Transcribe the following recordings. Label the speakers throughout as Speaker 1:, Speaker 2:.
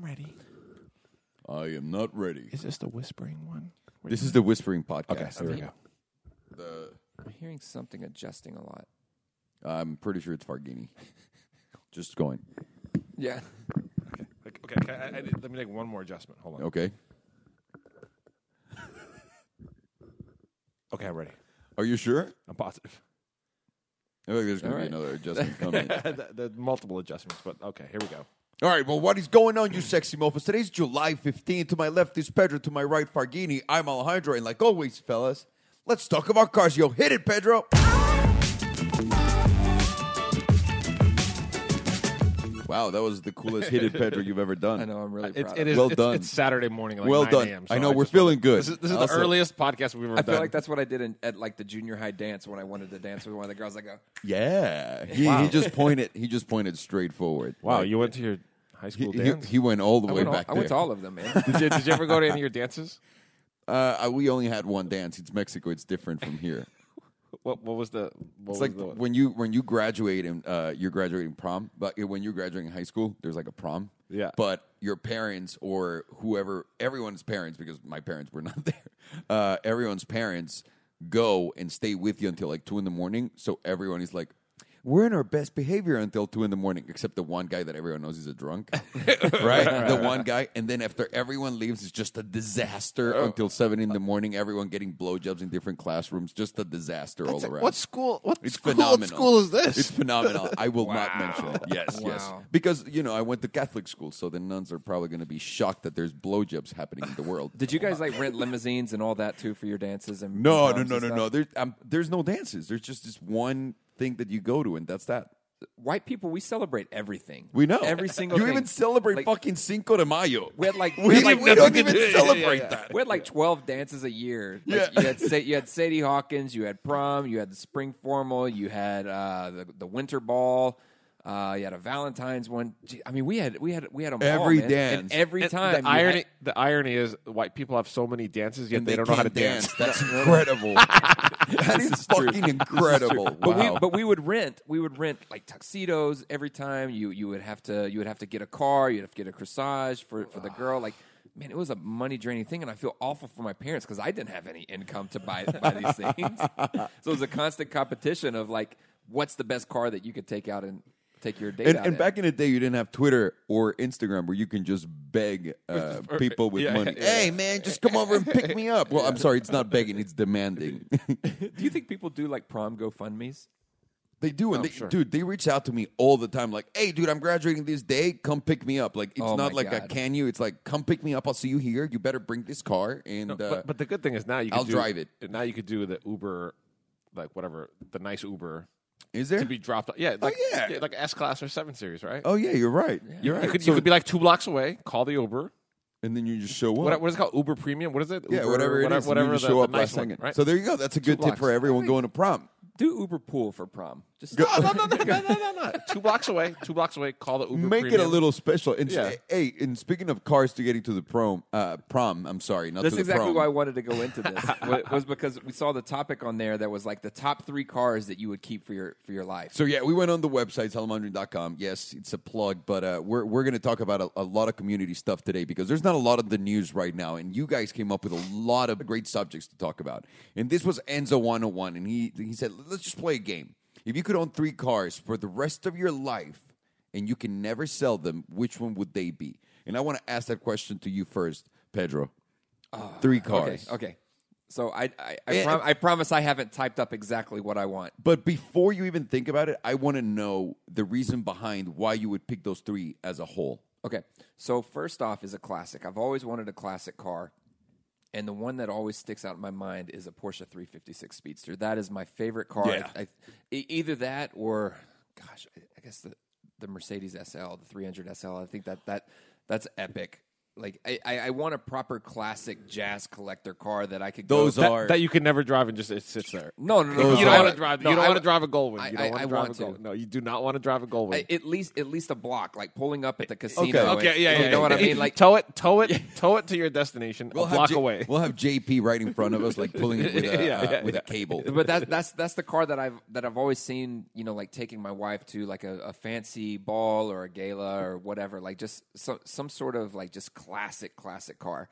Speaker 1: ready?
Speaker 2: I am not ready.
Speaker 1: Is this the whispering one? Wait,
Speaker 3: This is the Whispering Podcast.
Speaker 4: Okay, there we go.
Speaker 2: The,
Speaker 5: I'm hearing something adjusting a lot.
Speaker 3: I'm pretty sure it's Vargini. Just going.
Speaker 5: Yeah.
Speaker 4: Like, okay, can I, I, let me make one more adjustment. Hold on. Okay,
Speaker 3: Okay.
Speaker 4: I'm ready.
Speaker 3: Are you sure?
Speaker 4: I'm positive.
Speaker 3: I feel like there's going
Speaker 5: All
Speaker 3: to
Speaker 5: right.
Speaker 3: be another adjustment coming.
Speaker 4: There- there are multiple adjustments, but okay, here we go.
Speaker 3: All right, well, what is going on, you sexy mofos? Today's July 15th. To my left is Pedro. To my right, Fargini. I'm Alejandro. And like always, fellas, let's talk about cars. Yo, hit it, Pedro. Wow, that was the coolest hit it, Pedro, you've ever done.
Speaker 5: I know. I'm really
Speaker 4: It's,
Speaker 5: proud.
Speaker 4: it
Speaker 5: of
Speaker 4: is,
Speaker 3: Well
Speaker 4: it's,
Speaker 3: done.
Speaker 4: It's Saturday morning. at Like
Speaker 3: Well
Speaker 4: 9
Speaker 3: done.
Speaker 4: a.m.,
Speaker 3: I
Speaker 4: so
Speaker 3: know, we're
Speaker 4: just
Speaker 3: feeling
Speaker 4: wanna-
Speaker 3: good.
Speaker 4: This is, this is
Speaker 3: Also-
Speaker 4: the earliest podcast we've ever
Speaker 5: I feel
Speaker 4: done.
Speaker 5: like that's what I did in, at like the junior high dance when I wanted to dance with one of the girls. uh, I go,
Speaker 3: Yeah. He, he just pointed he just pointed straight forward.
Speaker 4: wow,
Speaker 3: Like,
Speaker 4: you went to your high
Speaker 3: he,
Speaker 4: school
Speaker 3: he-
Speaker 4: dance.
Speaker 3: he went all the
Speaker 5: I
Speaker 3: way
Speaker 5: went, all,
Speaker 3: back
Speaker 5: I
Speaker 3: there.
Speaker 5: went to all of them, man.
Speaker 4: did, you, did you ever go to any of your dances?
Speaker 3: Uh, I- we only had one dance. It's Mexico. It's different from here.
Speaker 4: What What was the? What
Speaker 3: It's
Speaker 4: was
Speaker 3: like
Speaker 4: the,
Speaker 3: when you when you graduate and uh, you're graduating prom, but when you're graduating high school, there's like a prom.
Speaker 4: Yeah.
Speaker 3: But your parents or whoever, everyone's parents, because my parents were not there. Uh, everyone's parents go and stay with you until like two in the morning. So everyone is like. We're in our best behavior until two in the morning, except the one guy that everyone knows is a drunk, right? the one guy, and then after everyone leaves, it's just a disaster
Speaker 4: Oh.
Speaker 3: until seven in the morning. Everyone getting blowjobs in different classrooms, just a disaster all around.
Speaker 4: what school? What
Speaker 3: It's
Speaker 4: school,
Speaker 3: phenomenal.
Speaker 4: What school is this?
Speaker 3: It's phenomenal. I will not mention it. Yes, yes.
Speaker 5: Wow.
Speaker 3: Because you know, I went to Catholic school, so the nuns are probably going to be shocked that there's blowjobs happening in the world.
Speaker 5: Did you guys like rent limousines and all that too for your dances? And
Speaker 3: No,
Speaker 5: and
Speaker 3: no,
Speaker 5: proms
Speaker 3: no,
Speaker 5: and
Speaker 3: no,
Speaker 5: stuff?
Speaker 3: no. There's um, there's no dances. There's just this one thing that you go to, and that's that.
Speaker 5: White people, we celebrate everything.
Speaker 3: We know
Speaker 5: every single.
Speaker 3: You
Speaker 5: thing.
Speaker 3: even celebrate
Speaker 5: Like,
Speaker 3: fucking Cinco de Mayo.
Speaker 5: We had like
Speaker 3: We,
Speaker 5: we, had, like,
Speaker 3: we don't even celebrate that.
Speaker 5: we had like twelve dances a year. Like,
Speaker 3: Yeah.
Speaker 5: you had Sa- you had Sadie Hawkins, you had prom, you had the spring formal, you had uh, the the winter ball. Uh, you had a Valentine's one. Gee, I mean, we had we had we had them
Speaker 3: Every
Speaker 5: all, man. And
Speaker 3: dance.
Speaker 5: every
Speaker 4: And
Speaker 5: time.
Speaker 4: the
Speaker 5: you had-
Speaker 4: irony, the irony is, white people have so many dances, yet
Speaker 3: And
Speaker 4: they, don't know how to
Speaker 3: can't
Speaker 4: dance.
Speaker 3: That's incredible. that is, fucking incredible.
Speaker 5: But
Speaker 3: Wow.
Speaker 5: we but we would rent we would rent like tuxedos every time you you would have to you would have to get a car you'd have to get a corsage for for the girl like man it was a money draining thing and I feel awful for my parents because I didn't have any income to buy buy these things so it was a constant competition of like what's the best car that you could take out and take your date
Speaker 3: and,
Speaker 5: out
Speaker 3: and
Speaker 5: in.
Speaker 3: back in the day, you didn't have Twitter or Instagram where you can just beg uh, people with
Speaker 4: yeah,
Speaker 3: money.
Speaker 4: yeah.
Speaker 3: Hey, man, just come over and pick me up. Well, I'm sorry, it's not begging; it's demanding.
Speaker 5: do you think people do like prom GoFundmes
Speaker 3: they do,
Speaker 4: Oh,
Speaker 3: and they, dude, they reach out to me all the time. Like, hey, dude, I'm graduating this day. Come pick me up. Like, it's
Speaker 5: Oh,
Speaker 3: not
Speaker 5: my
Speaker 3: like a
Speaker 5: God.
Speaker 3: can you. It's like, come pick me up. I'll see you here. You better bring this car. And uh,
Speaker 4: but, but the good thing is now you. Can
Speaker 3: I'll
Speaker 4: do,
Speaker 3: drive it.
Speaker 4: Now you could do the Uber, like whatever the nice Uber
Speaker 3: is there?
Speaker 4: to be dropped. off. Yeah, like,
Speaker 3: Oh, yeah.
Speaker 4: like S class or seven series, right?
Speaker 3: oh yeah, you're right. You're right.
Speaker 4: You could,
Speaker 3: So-
Speaker 4: you could be like two blocks away, call the Uber.
Speaker 3: and then you just show up.
Speaker 4: What, what is it called? Uber Premium? What is it?
Speaker 3: yeah,
Speaker 4: Uber,
Speaker 3: whatever it is, and you
Speaker 4: Whatever
Speaker 3: just
Speaker 4: the,
Speaker 3: show
Speaker 4: the
Speaker 3: up
Speaker 4: nice
Speaker 3: last
Speaker 4: one,
Speaker 3: second.
Speaker 4: right?
Speaker 3: So there you go. That's a good tip
Speaker 4: blocks.
Speaker 3: for everyone going to prom.
Speaker 5: do Uber pool for prom just
Speaker 4: no, no, no, no, no, no, no. two blocks away. Two blocks away. Call the Uber.
Speaker 3: make
Speaker 4: Premium.
Speaker 3: it a little special. And
Speaker 4: Yeah.
Speaker 3: s- hey, and speaking of cars to getting to the prom, uh, prom. I'm sorry, not
Speaker 5: That's
Speaker 3: to the
Speaker 5: exactly
Speaker 3: prom.
Speaker 5: why I wanted to go into this. wa- was because we saw the topic on there that was like the top three cars that you would keep for your for your life.
Speaker 3: so yeah, we went on the website salamandrian.com. Yes, it's a plug, but uh, we're we're going to talk about a, a lot of community stuff today because there's not a lot of the news right now, and you guys came up with a lot of great subjects to talk about. And this was Enzo 101, and he he said, "Let's just play a game. If you could own three cars for the rest of your life, and you can never sell them, which one would they be?" And I want to ask that question to you first, Pedro. Three
Speaker 5: okay,
Speaker 3: cars.
Speaker 5: okay. So I I, I,
Speaker 3: Eh,
Speaker 5: prom- I promise I haven't typed up exactly what I want.
Speaker 3: But before you even think about it, I want to know the reason behind why you would pick those three as a whole.
Speaker 5: Okay. So first off is a classic. I've always wanted a classic car. And the one that always sticks out in my mind is a Porsche 356 Speedster. That is my favorite car.
Speaker 3: Yeah.
Speaker 5: I, I, e- either that or, gosh, I, I guess the, the Mercedes SL, the 300 SL. I think that that that's epic. like I, I, I want a proper classic jazz collector car that I could. go-
Speaker 3: Those
Speaker 4: that,
Speaker 3: are
Speaker 4: that you can never drive and just it sits there.
Speaker 5: no, no, no. no,
Speaker 3: Those
Speaker 5: no,
Speaker 4: you don't
Speaker 5: I-
Speaker 4: want to drive.
Speaker 5: no,
Speaker 4: you don't
Speaker 5: I-
Speaker 4: want to drive a Goldwyn.
Speaker 5: I-
Speaker 4: you
Speaker 5: I-
Speaker 4: don't want
Speaker 5: I
Speaker 4: to drive
Speaker 5: want
Speaker 4: a
Speaker 5: to.
Speaker 4: Goldwyn. No, you do not want to drive a Goldwyn.
Speaker 5: I- at least at least a block, like pulling up at the casino. and-
Speaker 4: okay, yeah, yeah.
Speaker 5: You know
Speaker 4: yeah.
Speaker 5: what I
Speaker 4: It-
Speaker 5: mean? Like
Speaker 4: tow it, tow it, tow it to your destination. a block
Speaker 3: J-
Speaker 4: away.
Speaker 3: We'll have JP right in front of us, like pulling it with a,
Speaker 4: Yeah,
Speaker 3: uh,
Speaker 4: yeah,
Speaker 3: with a
Speaker 4: yeah.
Speaker 3: cable.
Speaker 5: but that, that's that's the car that I've that I've always seen. You know, like taking my wife to like a, a fancy ball or a gala or whatever. Like just some some sort of like just classic classic car.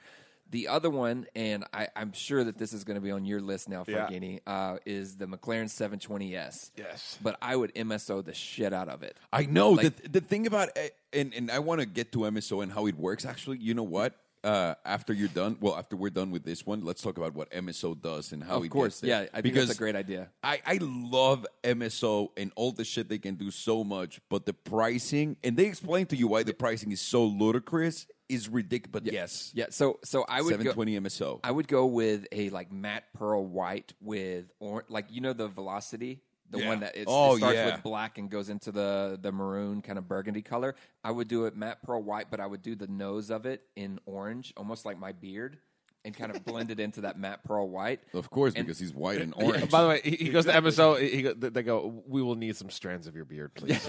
Speaker 5: The other one, and I, I'm sure that this is going to be on your list now,
Speaker 4: Yeah.
Speaker 5: Franchini, uh, is the McLaren 720S.
Speaker 4: Yes.
Speaker 5: but I would MSO the shit out of it.
Speaker 3: I know
Speaker 5: Like-
Speaker 3: the the thing about eh, and and I want to get to MSO and how it works. Actually, you know what? Uh, after you're done, well, after we're done with this one, let's talk about what MSO does and how
Speaker 5: Of
Speaker 3: it gets
Speaker 5: course,
Speaker 3: there.
Speaker 5: yeah, I think that's a great idea.
Speaker 3: I, I love MSO and all the shit they can do so much, but the pricing and they explain to you why the pricing is so ludicrous is ridiculous. But yes,
Speaker 5: Yeah, so so I would
Speaker 3: seven
Speaker 5: go,
Speaker 3: twenty MSO.
Speaker 5: I would go with a like matte pearl white with or like you know the velocity, the
Speaker 3: Yeah.
Speaker 5: one that it's,
Speaker 3: Oh,
Speaker 5: it starts
Speaker 3: yeah.
Speaker 5: with black and goes into the the maroon kind of burgundy color. I would do it matte pearl white, but I would do the nose of it in orange, almost like my beard, and kind of blend it into that matte pearl white.
Speaker 3: of course,
Speaker 5: and-
Speaker 3: because he's white and
Speaker 4: Yeah,
Speaker 3: orange.
Speaker 4: By the way, he, he goes to MSO. He, he, go- they go, "We will need some strands of your beard, please."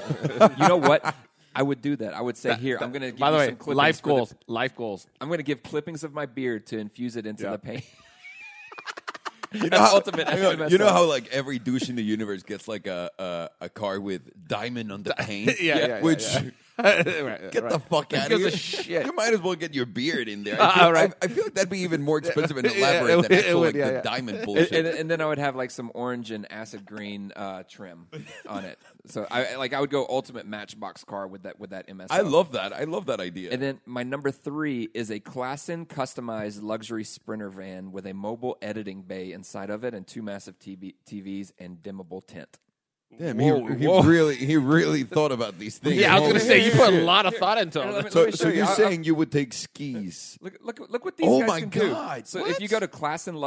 Speaker 5: you know what? I would do that. I would say here, I'm going to give
Speaker 4: By the
Speaker 5: you
Speaker 4: way,
Speaker 5: some clippings
Speaker 4: life
Speaker 5: for the-
Speaker 4: goals, life goals.
Speaker 5: I'm going to give clippings of my beard to infuse it into
Speaker 4: Yeah.
Speaker 5: the paint.
Speaker 3: You know, how,
Speaker 5: ultimate
Speaker 3: hang on,
Speaker 5: MSO.
Speaker 3: you know how like every douche in the universe gets like a a, a car with diamond on the paint.
Speaker 4: Yeah, yeah, yeah,
Speaker 3: which
Speaker 4: yeah. Right, right,
Speaker 3: get the
Speaker 4: right.
Speaker 3: fuck out of
Speaker 4: gives
Speaker 3: here.
Speaker 4: a shit?
Speaker 3: You might as well get your beard in there. I feel,
Speaker 4: all right.
Speaker 3: I, I feel like that'd be even more expensive and
Speaker 4: Yeah, it
Speaker 3: elaborate
Speaker 4: would-
Speaker 3: than
Speaker 4: it
Speaker 3: actual
Speaker 4: would,
Speaker 3: like
Speaker 4: yeah,
Speaker 3: the
Speaker 4: yeah.
Speaker 3: diamond
Speaker 5: and,
Speaker 3: bullshit.
Speaker 5: and, and then I would have like some orange and acid green uh, trim on it. So I I- like I would go ultimate Matchbox car with that with that MS.
Speaker 3: I love that. I love that idea.
Speaker 5: And then my number three is a Klassen customized luxury sprinter van with a mobile editing bay inside of it and two massive TV, TVs and dimmable tint.
Speaker 3: Damn, he, he really he really thought about these things.
Speaker 4: Yeah, I was gonna
Speaker 3: Holy
Speaker 4: say you
Speaker 3: shit.
Speaker 4: put a lot of thought into
Speaker 5: let
Speaker 4: it.
Speaker 5: me-
Speaker 3: So,
Speaker 5: let me
Speaker 3: so
Speaker 5: show you.
Speaker 3: you're
Speaker 5: I- I-
Speaker 3: saying you would take skis?
Speaker 5: Look look look what these
Speaker 3: Oh
Speaker 5: guys
Speaker 3: my
Speaker 5: can
Speaker 3: God,
Speaker 5: do. So if you go to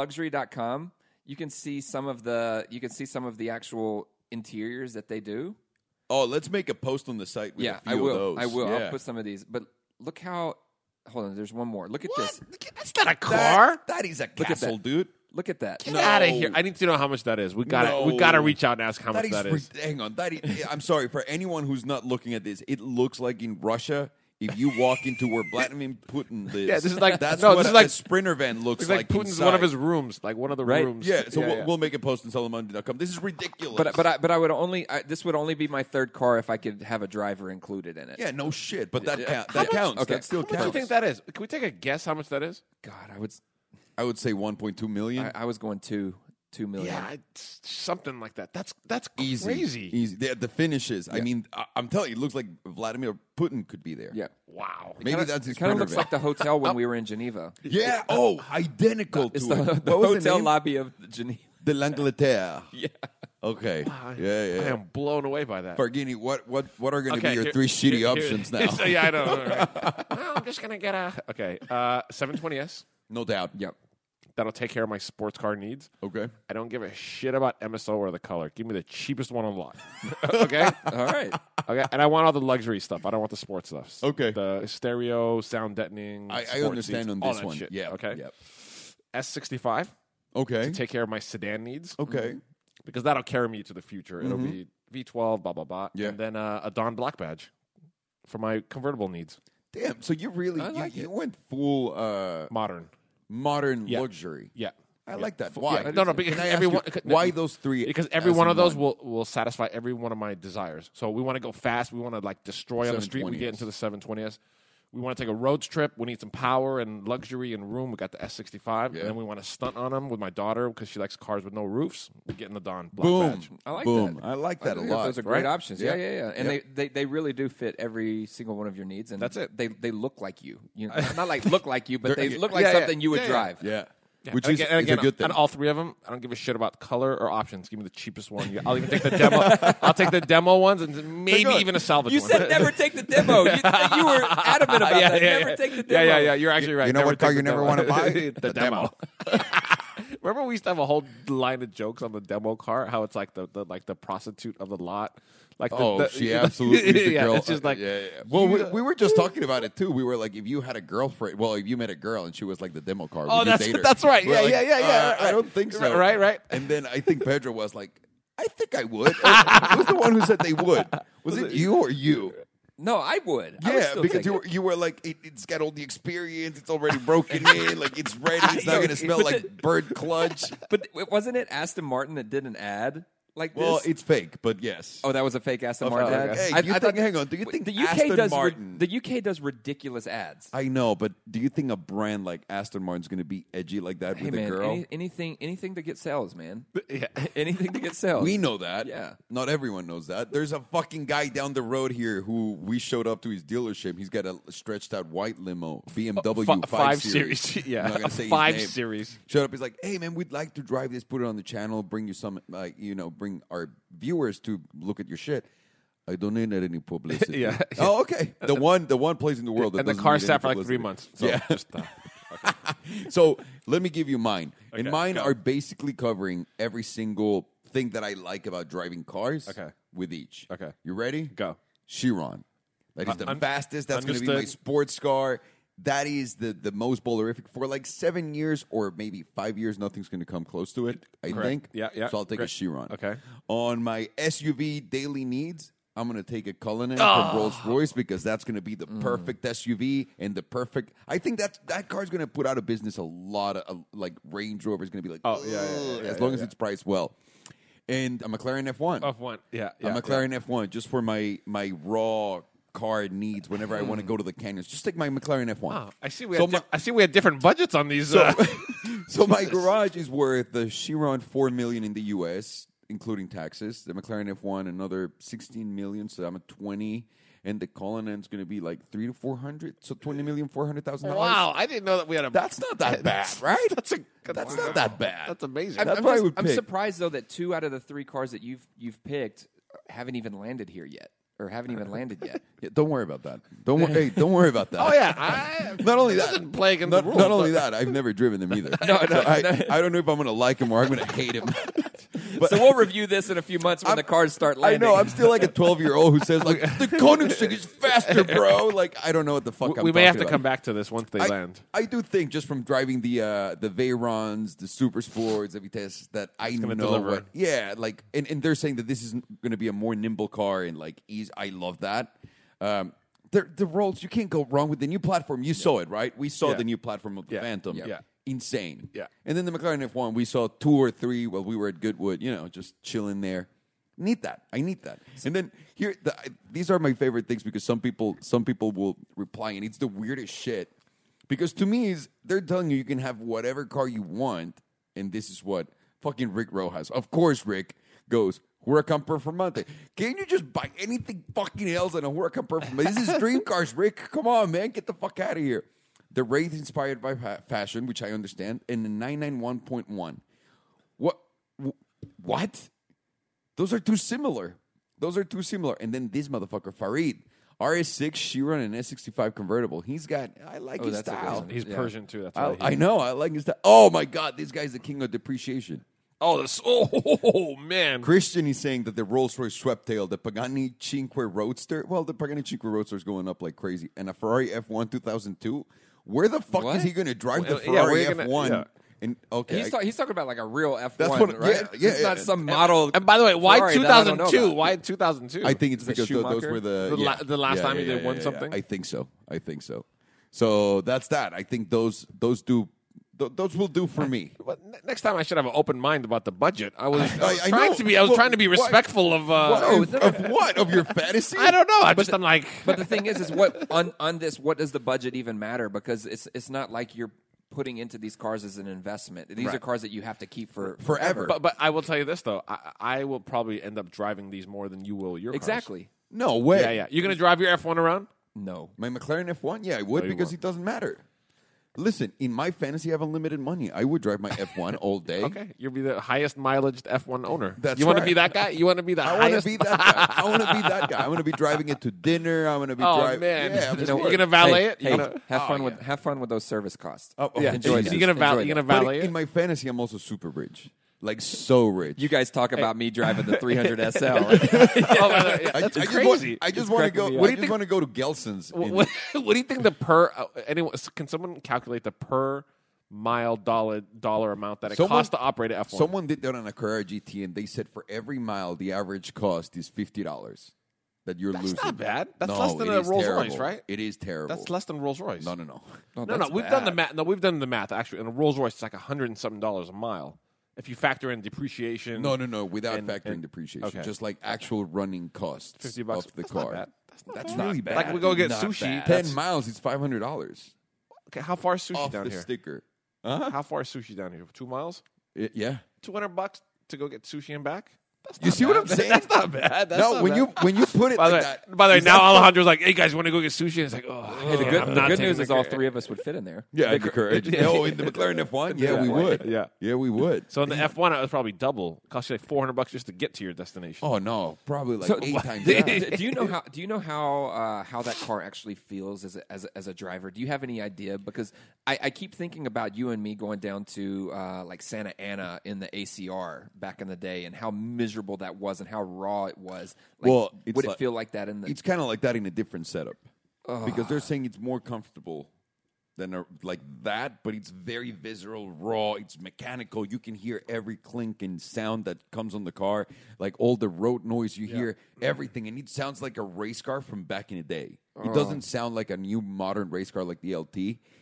Speaker 5: klassenluxury.com, you can see some of the you can see some of the actual interiors that they do.
Speaker 3: Oh, let's make a post on the site. With
Speaker 5: yeah,
Speaker 3: a few
Speaker 5: I will.
Speaker 3: Of those.
Speaker 5: I will.
Speaker 3: Yeah.
Speaker 5: I'll put some of these. But look how. Hold on. There's one more. Look at this.
Speaker 4: That's not a
Speaker 3: That- that is a
Speaker 5: at
Speaker 3: castle,
Speaker 5: that.
Speaker 3: dude.
Speaker 5: Look at that.
Speaker 4: Get out of here! I need to know how much that is. We got to We
Speaker 3: No.
Speaker 4: got to reach out and ask how much
Speaker 3: That
Speaker 4: that
Speaker 3: is
Speaker 4: is.
Speaker 3: rid- hang on. That is, I'm sorry for anyone who's not looking at this. It looks like in Russia. If you walk into where Vladimir Putin lives,
Speaker 4: Yeah, this is like-
Speaker 3: that's
Speaker 4: no,
Speaker 3: what
Speaker 4: this
Speaker 3: a,
Speaker 4: is like-
Speaker 3: a sprinter van looks
Speaker 4: It's like Putin's one of
Speaker 3: inside.
Speaker 4: his rooms, like one of the
Speaker 5: Right.
Speaker 4: rooms.
Speaker 3: Yeah, so we'll,
Speaker 4: yeah.
Speaker 3: we'll make a post on Salamundi.com. This is ridiculous.
Speaker 5: But but I, but I would only. I, this would only be my third car if I could have a driver included in it.
Speaker 3: yeah, no shit. But that, count,
Speaker 4: How
Speaker 3: that counts.
Speaker 5: okay.
Speaker 3: That still
Speaker 4: How much do you
Speaker 3: counts.
Speaker 4: think that is? Can we take a guess how much that is?
Speaker 5: God, I would. s-
Speaker 3: I would say 1.2 million.
Speaker 5: I, I was going two two million.
Speaker 4: Yeah, it's something like that. That's that's
Speaker 3: Oh, easy, E-
Speaker 4: crazy.
Speaker 3: easy. The, the finishes. I mean, I, I'm telling you, it looks like Vladimir Putin could be there.
Speaker 5: Yeah.
Speaker 4: Wow.
Speaker 3: maybe that's his
Speaker 5: Kind
Speaker 3: sprinter
Speaker 5: of looks
Speaker 3: van.
Speaker 5: like the hotel
Speaker 3: Oh.
Speaker 5: when we were in Geneva.
Speaker 3: yeah. Oh, identical
Speaker 5: It's
Speaker 3: to
Speaker 5: the,
Speaker 3: it.
Speaker 5: the
Speaker 3: What was the
Speaker 5: hotel
Speaker 3: name?
Speaker 5: lobby of Geneva.
Speaker 3: De l'Angleterre.
Speaker 5: Yeah.
Speaker 3: Okay.
Speaker 5: Ah,
Speaker 3: Yeah,
Speaker 4: I
Speaker 3: yeah.
Speaker 4: am blown away by that.
Speaker 3: Bargini, what, what, what are going to
Speaker 4: Okay,
Speaker 3: be your
Speaker 4: here-
Speaker 3: three shitty
Speaker 4: here-
Speaker 3: options now?
Speaker 4: So, yeah, I know. all right. well, I'm just gonna get a okay. Uh, 720s.
Speaker 3: no doubt.
Speaker 5: Yep.
Speaker 4: That'll take care of my sports car needs.
Speaker 3: Okay.
Speaker 4: I don't give a shit about MSO or the color. Give me the cheapest one on the lot. okay.
Speaker 5: All right.
Speaker 4: Okay. And I want all the luxury stuff. I don't want the sports stuff.
Speaker 3: Okay.
Speaker 4: The stereo, sound deadening.
Speaker 3: I, I
Speaker 4: sports
Speaker 3: understand
Speaker 4: seats,
Speaker 3: on
Speaker 4: all
Speaker 3: this
Speaker 4: that
Speaker 3: one.
Speaker 4: shit.
Speaker 3: Yeah.
Speaker 4: Okay.
Speaker 3: Yep.
Speaker 4: S65
Speaker 3: Okay.
Speaker 4: to take Mm-hmm. care of my sedan needs.
Speaker 3: okay.
Speaker 4: because that'll carry me to the future. It'll be V12, blah blah blah,
Speaker 3: Mm-hmm. Yeah.
Speaker 4: and then uh, a Don Black badge for my convertible needs.
Speaker 3: Damn. So you really you,
Speaker 5: like
Speaker 3: you went full uh,
Speaker 4: Modern,
Speaker 3: modern
Speaker 4: Yeah.
Speaker 3: luxury.
Speaker 4: yeah,
Speaker 3: I like that. Why?
Speaker 4: yeah. No, no, because
Speaker 3: Can I ask
Speaker 4: everyone-
Speaker 3: you, why those three?
Speaker 4: because every
Speaker 3: as
Speaker 4: one
Speaker 3: in
Speaker 4: of those will, will satisfy every one of my desires. So we want to go fast. We want to like destroy on the street. We get
Speaker 3: 720s.
Speaker 4: into the 720s. We want to take a road trip. We need some power and luxury and room. We got the S65,
Speaker 3: Yeah.
Speaker 4: and then we want to stunt on them with my daughter because she likes cars with no roofs. We get in the Don Black
Speaker 3: Boom.
Speaker 4: badge.
Speaker 5: I like
Speaker 3: Boom.
Speaker 5: that.
Speaker 3: I like that a
Speaker 5: Yeah,
Speaker 3: lot.
Speaker 5: Those are great
Speaker 4: right?
Speaker 5: options. Yeah,
Speaker 3: Yeah.
Speaker 5: yeah, yeah. And they, they, they really do fit every single one of your needs. And
Speaker 4: That's it.
Speaker 5: They they look like you. You know, not like look like you, but they
Speaker 3: yeah,
Speaker 5: look like
Speaker 4: yeah, yeah.
Speaker 5: something you would
Speaker 4: Yeah, yeah.
Speaker 5: drive.
Speaker 3: Yeah.
Speaker 4: Yeah,
Speaker 3: Which
Speaker 4: and
Speaker 3: is,
Speaker 4: again- and
Speaker 3: is a
Speaker 4: again,
Speaker 3: good thing.
Speaker 4: On all three of them, I don't give a shit about color or options. Give me the cheapest one. Yeah, I'll even take the demo. I'll take the demo ones and maybe even a salvage.
Speaker 5: You
Speaker 4: one.
Speaker 5: said never take the demo. You, you were adamant about
Speaker 4: yeah,
Speaker 5: that.
Speaker 4: yeah,
Speaker 5: never
Speaker 4: yeah.
Speaker 5: take the
Speaker 4: Yeah,
Speaker 5: demo.
Speaker 4: yeah, yeah. You're actually right.
Speaker 3: you know what
Speaker 4: take
Speaker 3: car
Speaker 4: the
Speaker 3: you never
Speaker 4: demo.
Speaker 3: wanna buy?
Speaker 4: the,
Speaker 3: The
Speaker 4: demo. Remember, we used to have a whole line of jokes on the demo car. How it's like the, the like the prostitute of the lot. Like, the,
Speaker 3: Oh,
Speaker 4: the-
Speaker 3: she absolutely is the
Speaker 4: yeah,
Speaker 3: girl. Uh,
Speaker 4: It's just like
Speaker 3: yeah, yeah, yeah. Well, we, we were just talking about it too. We were like, if you had a girlfriend, well, if you met a girl and she was like the demo car, would
Speaker 4: Oh,
Speaker 3: you
Speaker 4: that's-
Speaker 3: date her?
Speaker 4: that's right.
Speaker 3: We're
Speaker 4: Yeah,
Speaker 3: like,
Speaker 4: yeah, yeah, yeah,
Speaker 3: uh, I
Speaker 4: right.
Speaker 3: don't think so.
Speaker 4: Right, right, right.
Speaker 3: And then I think Pedro was like, I think I would. And Who's the one who said they would? Was it you or you?
Speaker 5: No, I would. I would
Speaker 3: Yeah,
Speaker 5: still
Speaker 3: because
Speaker 5: take
Speaker 3: you
Speaker 5: it.
Speaker 3: were, you were like, it, it's got all the experience. It's already broken in. Like it's ready. It's not
Speaker 5: Yo,
Speaker 3: going to smell
Speaker 5: but
Speaker 3: like
Speaker 5: the-
Speaker 3: bird clutch.
Speaker 5: But w- wasn't it Aston Martin that did an ad like this?
Speaker 3: Well, it's fake, but yes.
Speaker 5: oh, that was a fake Aston
Speaker 4: fake
Speaker 5: Martin. ad?
Speaker 4: ad.
Speaker 3: Hey,
Speaker 5: I-
Speaker 3: you
Speaker 5: I
Speaker 3: think- hang on, do you
Speaker 5: wait,
Speaker 3: think
Speaker 5: the UK
Speaker 3: Aston
Speaker 5: does rid-
Speaker 3: Martin- Uh,
Speaker 5: the UK does ridiculous ads?
Speaker 3: I know, but do you think a brand like Aston Martin's going to be edgy like that
Speaker 5: hey
Speaker 3: with
Speaker 5: man,
Speaker 3: a girl?
Speaker 5: any- anything anything to get sales, man.
Speaker 4: yeah.
Speaker 5: anything to get sales.
Speaker 3: we know that.
Speaker 5: Yeah.
Speaker 3: Not everyone knows that. There's a fucking guy down the road here who we showed up to his dealership. He's got a stretched out white
Speaker 5: Oh,
Speaker 3: limo, BMW
Speaker 4: fi-
Speaker 3: 5,
Speaker 4: five
Speaker 3: Series.
Speaker 4: series, yeah.
Speaker 3: I'm not gonna say his
Speaker 4: Five
Speaker 3: name.
Speaker 4: series.
Speaker 3: Showed up. He's like, hey, man, we'd like to drive this, put it on the channel, bring you some, like, you know, bring our viewers to look at your shit. I don't need any publicity.
Speaker 4: Yeah.
Speaker 3: Oh, okay. The one, the one place in the world that
Speaker 4: and the
Speaker 3: doesn't
Speaker 4: car
Speaker 3: need any
Speaker 4: sat for like three
Speaker 3: publicity.
Speaker 4: months. So
Speaker 3: yeah.
Speaker 4: just, uh,
Speaker 3: So let me give you mine.
Speaker 4: Okay,
Speaker 3: and mine
Speaker 4: go.
Speaker 3: are basically covering every single thing that I like about driving cars.
Speaker 4: Okay.
Speaker 3: With each.
Speaker 4: Okay.
Speaker 3: You ready?
Speaker 4: Go.
Speaker 3: Chiron. That is the
Speaker 4: Uh, un-
Speaker 3: fastest. That's going to be my
Speaker 4: understood.
Speaker 3: sports car. That is the the most bolerific for like seven years or maybe five years. Nothing's going to come close to it. I think.
Speaker 4: Yeah, yeah.
Speaker 3: So I'll take
Speaker 4: Great.
Speaker 3: a Chiron.
Speaker 4: Okay.
Speaker 3: On my SUV daily needs. I'm gonna take a Cullinan from Rolls Royce because that's gonna be the perfect SUV and the perfect. I think that that car's gonna put out of business a lot of uh, like Range Rover is gonna be like, oh
Speaker 4: yeah, yeah, yeah,
Speaker 3: as
Speaker 4: yeah,
Speaker 3: long as
Speaker 4: yeah.
Speaker 3: it's priced well. And a McLaren F1.
Speaker 4: of one. Yeah, yeah.
Speaker 3: I'm a McLaren F1 just for my my raw car needs whenever I want to go to the canyons. Just take my McLaren F1.
Speaker 4: Yeah. Oh, I see. We
Speaker 3: So
Speaker 4: had di-
Speaker 3: my-
Speaker 4: I see. We had different budgets on these.
Speaker 3: So,
Speaker 4: uh,
Speaker 3: so my garage is worth the Chiron 4 million in the US including taxes. The McLaren F1 another 16 million, so I'm at 20 and the Cullinan's going to be like 3 to 400, so 20 million 400,000 dollars.
Speaker 4: wow, I didn't know that we had a.
Speaker 3: That's not that bad, right?
Speaker 4: That's a.
Speaker 3: That's not that bad.
Speaker 4: That's amazing.
Speaker 5: I'm,
Speaker 3: That's
Speaker 5: I'm
Speaker 3: what I
Speaker 5: just-
Speaker 3: would
Speaker 5: I'm
Speaker 3: pick.
Speaker 5: surprised though that two out of the three cars that you've you've picked haven't even landed here yet, or haven't even landed yet.
Speaker 3: Yeah, don't worry about that. Don't worry, hey, don't worry about that.
Speaker 4: oh yeah. I,
Speaker 3: Not only
Speaker 4: I
Speaker 3: that,
Speaker 4: wasn't playing in
Speaker 3: not,
Speaker 4: the rules,
Speaker 3: not only
Speaker 4: but-
Speaker 3: that, I've never driven them either. no, no, I, I don't know if I'm going to like them or I'm going to hate them. But
Speaker 5: so we'll review this in a few months when the cars start
Speaker 3: I
Speaker 5: landing.
Speaker 3: know I'm still like a 12 year old who says like the Koenigsegg is faster, bro. Like I don't know what the fuck I'm
Speaker 4: we may have to
Speaker 3: talking
Speaker 4: come
Speaker 3: about.
Speaker 4: back to this once they land.
Speaker 3: I, I do think just from driving the uh, the Veyrons, the Super Sports, the Vitesse, that I know
Speaker 4: gonna deliver.
Speaker 3: what. Yeah, like and, and they're saying that this is going to be a more nimble car and like ease. I love that. Um, the the Rolls, you can't go wrong with the new platform. You saw it, right? We saw
Speaker 4: Yeah.
Speaker 3: the new platform of the
Speaker 4: Yeah.
Speaker 3: Phantom.
Speaker 4: Yeah.
Speaker 3: insane.
Speaker 4: Yeah.
Speaker 3: and then the McLaren F1, we saw two or three while we were at Goodwood. You know, just chilling there. Need that. I need that. And then here, the, I, these are my favorite things because some people, some people will reply, and it's the weirdest shit. Because to me, is they're telling you you can have whatever car you want, and this is what fucking Rick Rojas. Of course, Rick goes Huracan Performante. Can you just buy anything fucking else than a Huracan Performante? This is dream cars, Rick. Come on, man, get the fuck out of here. The Wraith inspired by fa- fashion, which I understand, and the nine nine one point one. What? wh- What? Those are too similar. Those are too similar. And then this motherfucker, Farid, RS6 Chiron and S65 convertible. He's got. I like his
Speaker 5: Oh, that's a good
Speaker 3: style.
Speaker 5: one.
Speaker 4: He's
Speaker 5: Yeah.
Speaker 4: Persian too. That's
Speaker 3: I,
Speaker 4: why
Speaker 3: I
Speaker 4: he-
Speaker 3: know. I like his style. Oh my god, this guy's the king of depreciation.
Speaker 4: Oh, this, oh man.
Speaker 3: Christian is saying that the Rolls Royce swept tail, the Pagani Cinque Roadster. Well, the Pagani Cinque Roadster is going up like crazy, and a Ferrari F1 2002. Where the fuck is
Speaker 5: What?
Speaker 3: he going to drive the
Speaker 4: Well, yeah, where
Speaker 3: Ferrari
Speaker 4: you gonna-
Speaker 3: F1?
Speaker 4: yeah.
Speaker 3: And okay,
Speaker 5: He's,
Speaker 3: I-
Speaker 5: ta- he's talking about like a real F1,
Speaker 3: what- yeah,
Speaker 5: right?
Speaker 3: yeah,
Speaker 5: it's
Speaker 3: yeah.
Speaker 5: not some model.
Speaker 4: And by the way, why
Speaker 5: Ferrari that I don't know
Speaker 4: 2002?
Speaker 5: about.
Speaker 4: Why 2002?
Speaker 3: I think it's
Speaker 5: Is it
Speaker 3: because tho- those
Speaker 5: Schumacher?
Speaker 3: were the
Speaker 4: The la- the last time he did won something?
Speaker 3: I think so. I think so. So that's that. I think those those do th- those will do for me.
Speaker 4: Well, ne- next time I should have an open mind about the budget. I was, I
Speaker 3: I-
Speaker 4: was
Speaker 3: I
Speaker 4: trying
Speaker 3: know.
Speaker 4: to be. I was
Speaker 3: Well,
Speaker 4: trying to be
Speaker 3: why-
Speaker 4: respectful of. Uh,
Speaker 3: What- of, of what of your fantasy?
Speaker 4: I don't know. I just I'm like.
Speaker 5: But the thing is, is what on on this? What does the budget even matter? Because it's it's not like you're putting into these cars as an investment. These are cars that you have to keep for
Speaker 3: Forever.
Speaker 4: But, but I will tell you this though. I, I will probably end up driving these more than you will your cars.
Speaker 5: Exactly.
Speaker 3: No way.
Speaker 4: Yeah, yeah. You're gonna drive your F1 around?
Speaker 5: No.
Speaker 3: My McLaren F1? Yeah, I would
Speaker 4: you
Speaker 3: because
Speaker 4: won't.
Speaker 3: it doesn't matter. Listen, in my fantasy, I have unlimited money. I would drive my F1 all day.
Speaker 4: Okay, you'll be the highest mileage F1 owner.
Speaker 3: That's
Speaker 4: you want
Speaker 3: right.
Speaker 4: to be that guy? You want to be the
Speaker 3: I want to
Speaker 4: highest?
Speaker 3: be that guy. I want to be that guy. I want to be driving it to dinner. I want to be
Speaker 4: oh
Speaker 3: driving.
Speaker 4: man,
Speaker 3: Yeah,
Speaker 4: you
Speaker 3: of course.
Speaker 4: are gonna valet it.
Speaker 5: Hey,
Speaker 4: You're gonna- Oh,
Speaker 5: have fun with have fun with those service costs.
Speaker 3: Oh, oh,
Speaker 4: yeah,
Speaker 5: enjoy
Speaker 4: you're
Speaker 5: that.
Speaker 4: gonna valet.
Speaker 5: Enjoy
Speaker 4: You're gonna
Speaker 3: But
Speaker 4: valet
Speaker 3: in,
Speaker 4: it.
Speaker 3: in my fantasy, I'm also super rich. Like so rich.
Speaker 5: You guys talk about me driving the 300 SL. Right?
Speaker 4: Oh, by the way,
Speaker 3: I,
Speaker 4: that's
Speaker 3: I just want,
Speaker 4: crazy.
Speaker 3: I just want to
Speaker 5: cracking
Speaker 3: go.
Speaker 5: me
Speaker 3: What
Speaker 5: up.
Speaker 3: do you think? Want to go to Gelson's?
Speaker 4: Wh-
Speaker 3: in-
Speaker 4: what, what do you think the per uh, anyone s- can someone calculate the per mile dollar dollar amount that it
Speaker 3: Someone-
Speaker 4: costs to operate an F1?
Speaker 3: Someone did that on a Carrera GT, and they said for every mile, the average cost is fifty dollars. That you're
Speaker 4: That's
Speaker 3: losing.
Speaker 4: not bad. That's
Speaker 3: No,
Speaker 4: less than
Speaker 3: it
Speaker 4: a
Speaker 3: is
Speaker 4: Rolls
Speaker 3: terrible.
Speaker 4: Royce, right?
Speaker 3: It is terrible.
Speaker 4: That's less than Rolls Royce.
Speaker 3: No, no, no.
Speaker 4: no, no.
Speaker 5: that's
Speaker 4: We've done the
Speaker 5: bad.
Speaker 4: math. No, we've done the math actually. And a Rolls Royce is like a hundred and something dollars a mile if you factor in depreciation.
Speaker 3: No, no, no. Without
Speaker 4: And-
Speaker 3: factoring
Speaker 4: and-
Speaker 3: depreciation,
Speaker 4: okay.
Speaker 3: just like actual running costs
Speaker 4: 50 bucks.
Speaker 3: of the
Speaker 4: That's not
Speaker 3: car.
Speaker 4: bad. That's not bad.
Speaker 3: really bad.
Speaker 4: Like we go get
Speaker 5: Not
Speaker 4: sushi.
Speaker 5: bad.
Speaker 3: Ten
Speaker 4: that's-
Speaker 3: miles, it's five hundred dollars
Speaker 4: Okay, how far is sushi
Speaker 3: off
Speaker 4: down
Speaker 3: the
Speaker 4: here?
Speaker 3: sticker.
Speaker 4: How far is sushi down here? Two miles?
Speaker 3: I- yeah.
Speaker 4: Two hundred bucks to go get sushi and back? That's
Speaker 3: You
Speaker 4: not
Speaker 3: see
Speaker 4: bad.
Speaker 3: what I'm saying?
Speaker 4: That's not bad. That's
Speaker 3: no,
Speaker 4: not
Speaker 3: when
Speaker 4: bad.
Speaker 3: you when you put it
Speaker 4: By the
Speaker 3: like
Speaker 4: way,
Speaker 3: that.
Speaker 4: by the way
Speaker 3: is
Speaker 4: now
Speaker 3: that-
Speaker 4: Alejandro's like, "Hey guys, want to go get sushi?" And it's like, "Oh,
Speaker 5: The
Speaker 4: I'm
Speaker 5: good, the
Speaker 4: not
Speaker 5: good
Speaker 4: taking
Speaker 5: news
Speaker 4: the
Speaker 5: is all
Speaker 4: cur-
Speaker 5: three of us would fit in there.
Speaker 3: yeah, in the courage. No, in the McLaren F1, yeah, we
Speaker 5: Yeah.
Speaker 3: would.
Speaker 4: Yeah.
Speaker 3: yeah, we would.
Speaker 4: So in the F one, it was probably double. Cost you like four hundred bucks just to get to your destination.
Speaker 3: Oh no, probably like
Speaker 5: So-
Speaker 3: eight times. that.
Speaker 5: do you know how do you know how uh, how that car actually feels as a, as a, as a driver? Do you have any idea? Because I, I keep thinking about you and me going down to uh, like Santa Ana in the ACR back in the day, and how miserable that was, and how raw it was. Like,
Speaker 3: Well, it's
Speaker 5: would it
Speaker 3: like-
Speaker 5: feel like that in the?
Speaker 3: It's kind of like that in a different setup because they're saying it's more comfortable than a, like that, but it's very visceral, raw. It's mechanical. You can hear every clink and sound that comes on the car, like all the road noise you hear, everything, and it sounds like a race car from back in the day. It doesn't sound like a new modern race car like the LT.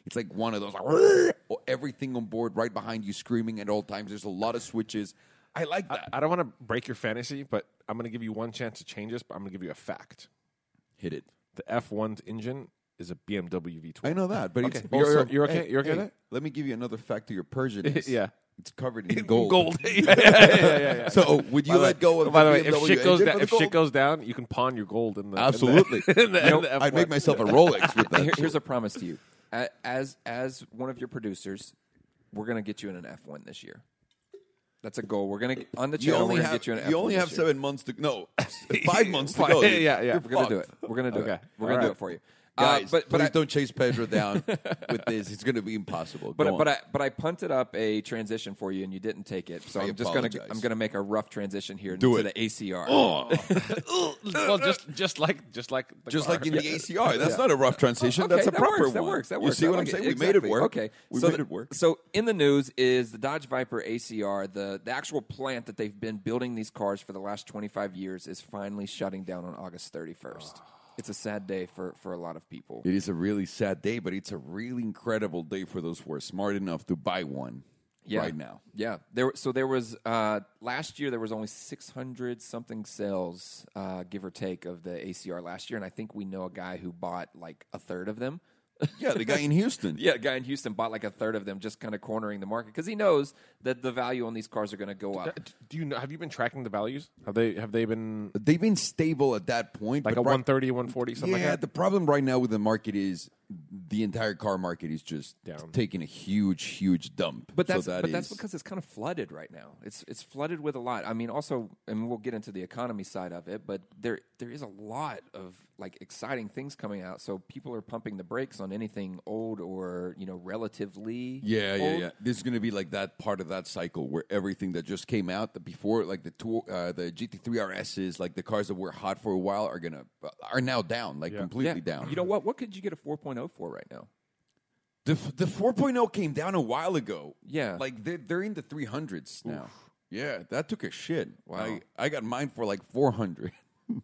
Speaker 3: It's like one of those, like, or everything on board right behind you, screaming at all times. There's a lot of switches. I like that.
Speaker 4: I don't want to break your fantasy, but I'm going to give you one chance to change this. But I'm going to give you a fact:
Speaker 3: Hit it.
Speaker 4: the F1's engine is a BMW V12.
Speaker 3: I know that, but
Speaker 4: Okay.
Speaker 3: it's
Speaker 4: You're-
Speaker 3: also,
Speaker 4: you're- you're okay- you're okay with that?
Speaker 3: Let me give you another fact to your Persian.
Speaker 4: Yeah.
Speaker 3: it's covered in gold.
Speaker 4: gold. yeah, yeah, yeah, yeah, yeah.
Speaker 3: So would you
Speaker 4: By the
Speaker 3: let
Speaker 4: way-
Speaker 3: go of
Speaker 4: By the
Speaker 3: the
Speaker 4: way, if
Speaker 3: BMW
Speaker 4: shit goes
Speaker 3: engine
Speaker 4: down,
Speaker 3: for the
Speaker 4: if shit
Speaker 3: gold?
Speaker 4: goes down, you can pawn your gold in the in the-
Speaker 3: Absolutely.
Speaker 4: in the-
Speaker 3: You know,
Speaker 4: in the
Speaker 3: I'd make
Speaker 4: F1.
Speaker 3: myself a Rolex with that.
Speaker 5: Here- here's a promise to you, A- as as one of your producers, we're gonna get you in an F one this year. That's a goal. We're gonna get- on the
Speaker 3: you
Speaker 5: channel.
Speaker 3: only
Speaker 5: we're gonna
Speaker 3: have
Speaker 5: get you in.
Speaker 3: you only have seven months to no five months to
Speaker 4: Fine.
Speaker 3: go. dude.
Speaker 4: Yeah, yeah.
Speaker 3: You're
Speaker 5: We're gonna do it.
Speaker 3: fucked.
Speaker 5: We're gonna do it.
Speaker 4: Okay.
Speaker 5: We're gonna
Speaker 4: All
Speaker 5: do
Speaker 4: right.
Speaker 5: it for you,
Speaker 3: Guys,
Speaker 5: Uh, but but
Speaker 3: please
Speaker 5: I,
Speaker 3: don't chase Pedro down with this. It's going to be impossible.
Speaker 5: But
Speaker 3: Go on.
Speaker 5: but I but I punted up a transition for you and you didn't take it. So
Speaker 3: I
Speaker 5: I am just gonna
Speaker 3: apologize.
Speaker 5: I'm gonna make a rough transition here
Speaker 3: Do
Speaker 5: to
Speaker 3: it. Oh,
Speaker 5: the ACR.
Speaker 4: well, just just like just like the
Speaker 3: just
Speaker 4: car.
Speaker 3: like in the ACR, that's not a rough transition.
Speaker 5: Okay,
Speaker 3: that's a
Speaker 5: that
Speaker 3: proper
Speaker 5: works,
Speaker 3: one.
Speaker 5: That works. That
Speaker 3: You
Speaker 5: works.
Speaker 3: see
Speaker 5: I
Speaker 3: what
Speaker 5: like
Speaker 3: I'm saying?
Speaker 5: it.
Speaker 3: We made it
Speaker 5: Exactly.
Speaker 3: work.
Speaker 5: Okay,
Speaker 3: we
Speaker 5: so
Speaker 3: made
Speaker 5: the-
Speaker 3: it work.
Speaker 5: So in the news is the Dodge Viper ACR, the the actual plant that they've been building these cars for the last 25 years, is finally shutting down on August
Speaker 3: Ah.
Speaker 5: 31st. It's a sad day for for a lot of people.
Speaker 3: It is a really sad day, but it's a really incredible day for those who are smart enough to buy one
Speaker 5: yeah.
Speaker 3: right now.
Speaker 5: Yeah, there. So there was uh, last year. There was only six hundred something sales, uh, give or take, of the ACR last year, and I think we know a guy who bought like a third of them.
Speaker 3: Yeah, the guy in Houston.
Speaker 5: yeah, a guy in Houston bought like a third of them, just kind of cornering the market because he knows that the value on these cars are going to go up.
Speaker 4: Do you know? Have you been tracking the values? Have they have they been
Speaker 3: They've been stable at that point.
Speaker 4: like
Speaker 3: but
Speaker 4: a
Speaker 3: right-
Speaker 4: 130, 140, something
Speaker 3: yeah,
Speaker 4: like that?
Speaker 3: the problem right now with the market is the entire car market is just
Speaker 4: Down.
Speaker 3: taking a huge, huge dump.
Speaker 5: But that's
Speaker 3: so that
Speaker 5: but that's
Speaker 3: is-
Speaker 5: because it's kind of flooded right now. It's it's flooded with a lot. I mean, also, and we'll get into the economy side of it, but there there is a lot of like exciting things coming out. So people are pumping the brakes on anything old or you know relatively.
Speaker 3: Yeah, yeah,
Speaker 5: old.
Speaker 3: yeah. This is going to be like that part of that cycle where everything that just came out that before, like the two, uh, the GT3 RSs, like the cars that were hot for a while, are gonna uh, are now down, like
Speaker 5: Yeah.
Speaker 3: completely down.
Speaker 5: You know what? What could you get a 4.0 for right now?
Speaker 3: The the 4.0 came down a while ago.
Speaker 5: Yeah.
Speaker 3: Like they're, they're in the 300s now. Yeah, that took a shit. I, I got mine for like 400.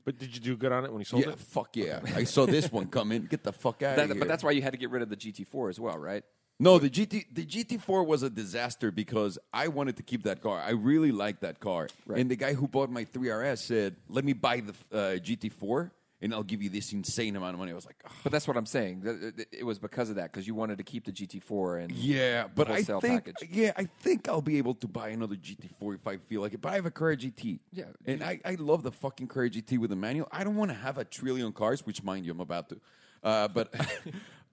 Speaker 4: But did you do good on it when you sold
Speaker 3: Yeah,
Speaker 4: it?
Speaker 3: fuck yeah. I saw this one come in. Get the fuck out
Speaker 5: That-
Speaker 3: of here.
Speaker 5: but that's why you had to get rid of the GT4 as well, right?
Speaker 3: No, the GT the GT4 was a disaster because I wanted to keep that car. I really liked that car, and the guy who bought my 3RS said, "Let me buy the uh, GT4, and I'll give you this insane amount of money." I was like, "Ugh."
Speaker 5: But that's what I'm saying. Th- th- th- It was because of that because you wanted to keep the GT4 and
Speaker 3: "Yeah, but I
Speaker 5: Wholesale
Speaker 3: think
Speaker 5: package.
Speaker 3: yeah, I think I'll be able to buy another GT4 if I feel like it." But I have a Carrera GT,
Speaker 5: Yeah.
Speaker 3: and I, I love the fucking Carrera GT with a manual. I don't want to have a trillion cars, which mind you, I'm about to, uh, but.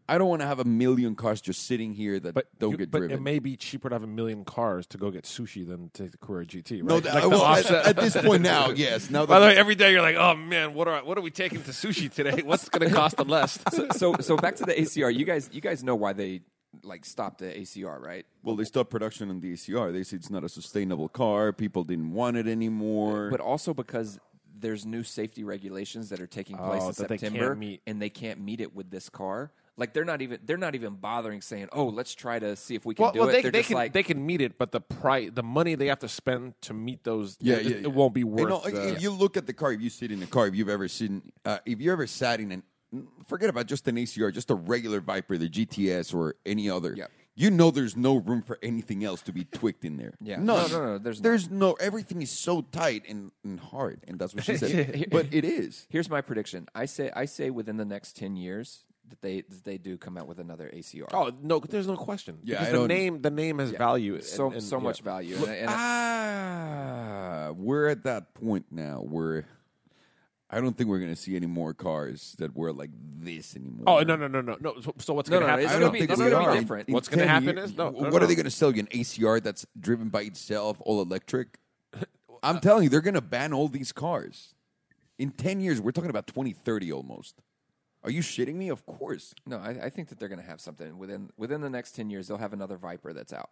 Speaker 3: I don't want to have a million cars just sitting here that
Speaker 4: But
Speaker 3: don't
Speaker 4: you-
Speaker 3: get
Speaker 4: but
Speaker 3: driven.
Speaker 4: it may be cheaper to have a million cars to go get sushi than to take the Carrera GT. Right?
Speaker 3: no, that,
Speaker 4: Like the
Speaker 3: well, at,
Speaker 4: offset-
Speaker 3: at this point now, yes. Now
Speaker 4: By the way,
Speaker 3: that
Speaker 4: every day you're like, oh man, what are what are we taking to sushi today? What's going to cost the less?
Speaker 5: so, so so back to the ACR. You guys you guys know why they like stopped the ACR, right?
Speaker 3: well, they stopped production on the ACR. They said it's not a sustainable car. People didn't want it anymore.
Speaker 5: But also because there's new safety regulations that are taking place
Speaker 4: Oh,
Speaker 5: in
Speaker 4: that they can't
Speaker 5: September,
Speaker 4: meet.
Speaker 5: and they can't meet it with this car. Like they're not even they're not even bothering saying, "Oh, let's try to see if we can
Speaker 4: Well,
Speaker 5: do
Speaker 4: well
Speaker 5: it."
Speaker 4: they,
Speaker 5: they're
Speaker 4: they
Speaker 5: just
Speaker 4: can
Speaker 5: like,
Speaker 4: they can meet it, but the price, the money they have to spend to meet those,
Speaker 3: yeah,
Speaker 4: it,
Speaker 3: yeah, yeah.
Speaker 4: it won't be worth.
Speaker 3: And, uh,
Speaker 4: the-
Speaker 3: if you look at the car, if you sit in a car, if you've ever seen, uh, if you ever sat in an, forget about just an ACR, just a regular Viper, the GTS or any other,
Speaker 5: Yeah.
Speaker 3: you know there's no room for anything else to be tweaked in there.
Speaker 5: Yeah.
Speaker 3: None.
Speaker 5: No, no, no, there's not.
Speaker 3: there's no. Everything is so tight and, and hard, and that's what she said. but it is.
Speaker 5: Here's my prediction. I say I say within the next ten years that they that they do come out with another ACR.
Speaker 4: oh no, there's no question.
Speaker 3: Yeah,
Speaker 4: Because
Speaker 3: I
Speaker 4: the
Speaker 3: don't-
Speaker 4: name the name has value. and-
Speaker 5: so
Speaker 4: and-
Speaker 5: so
Speaker 4: yeah.
Speaker 5: much value. And, I- and I-
Speaker 3: Ah, we're at that point now where I don't think we're going to see any more cars that were like this anymore.
Speaker 4: Oh no no no no no. So, so what's going to
Speaker 5: No, no,
Speaker 4: happen?
Speaker 5: it's
Speaker 3: I
Speaker 5: gonna
Speaker 3: don't
Speaker 5: be-
Speaker 3: think
Speaker 5: it's
Speaker 3: we
Speaker 5: gonna be
Speaker 3: are.
Speaker 5: different.
Speaker 3: In
Speaker 4: What's gonna
Speaker 3: 10
Speaker 4: happen
Speaker 3: years-
Speaker 4: is- no, no,
Speaker 3: what
Speaker 4: no.
Speaker 3: are they going to sell you an ACR that's driven by itself, all electric? I'm telling you, they're going to ban all these cars in ten years. We're talking about 2030 almost. Are you shitting me? Of course.
Speaker 5: no, I, I think that they're going to have something within within the next ten years. They'll have another Viper that's out.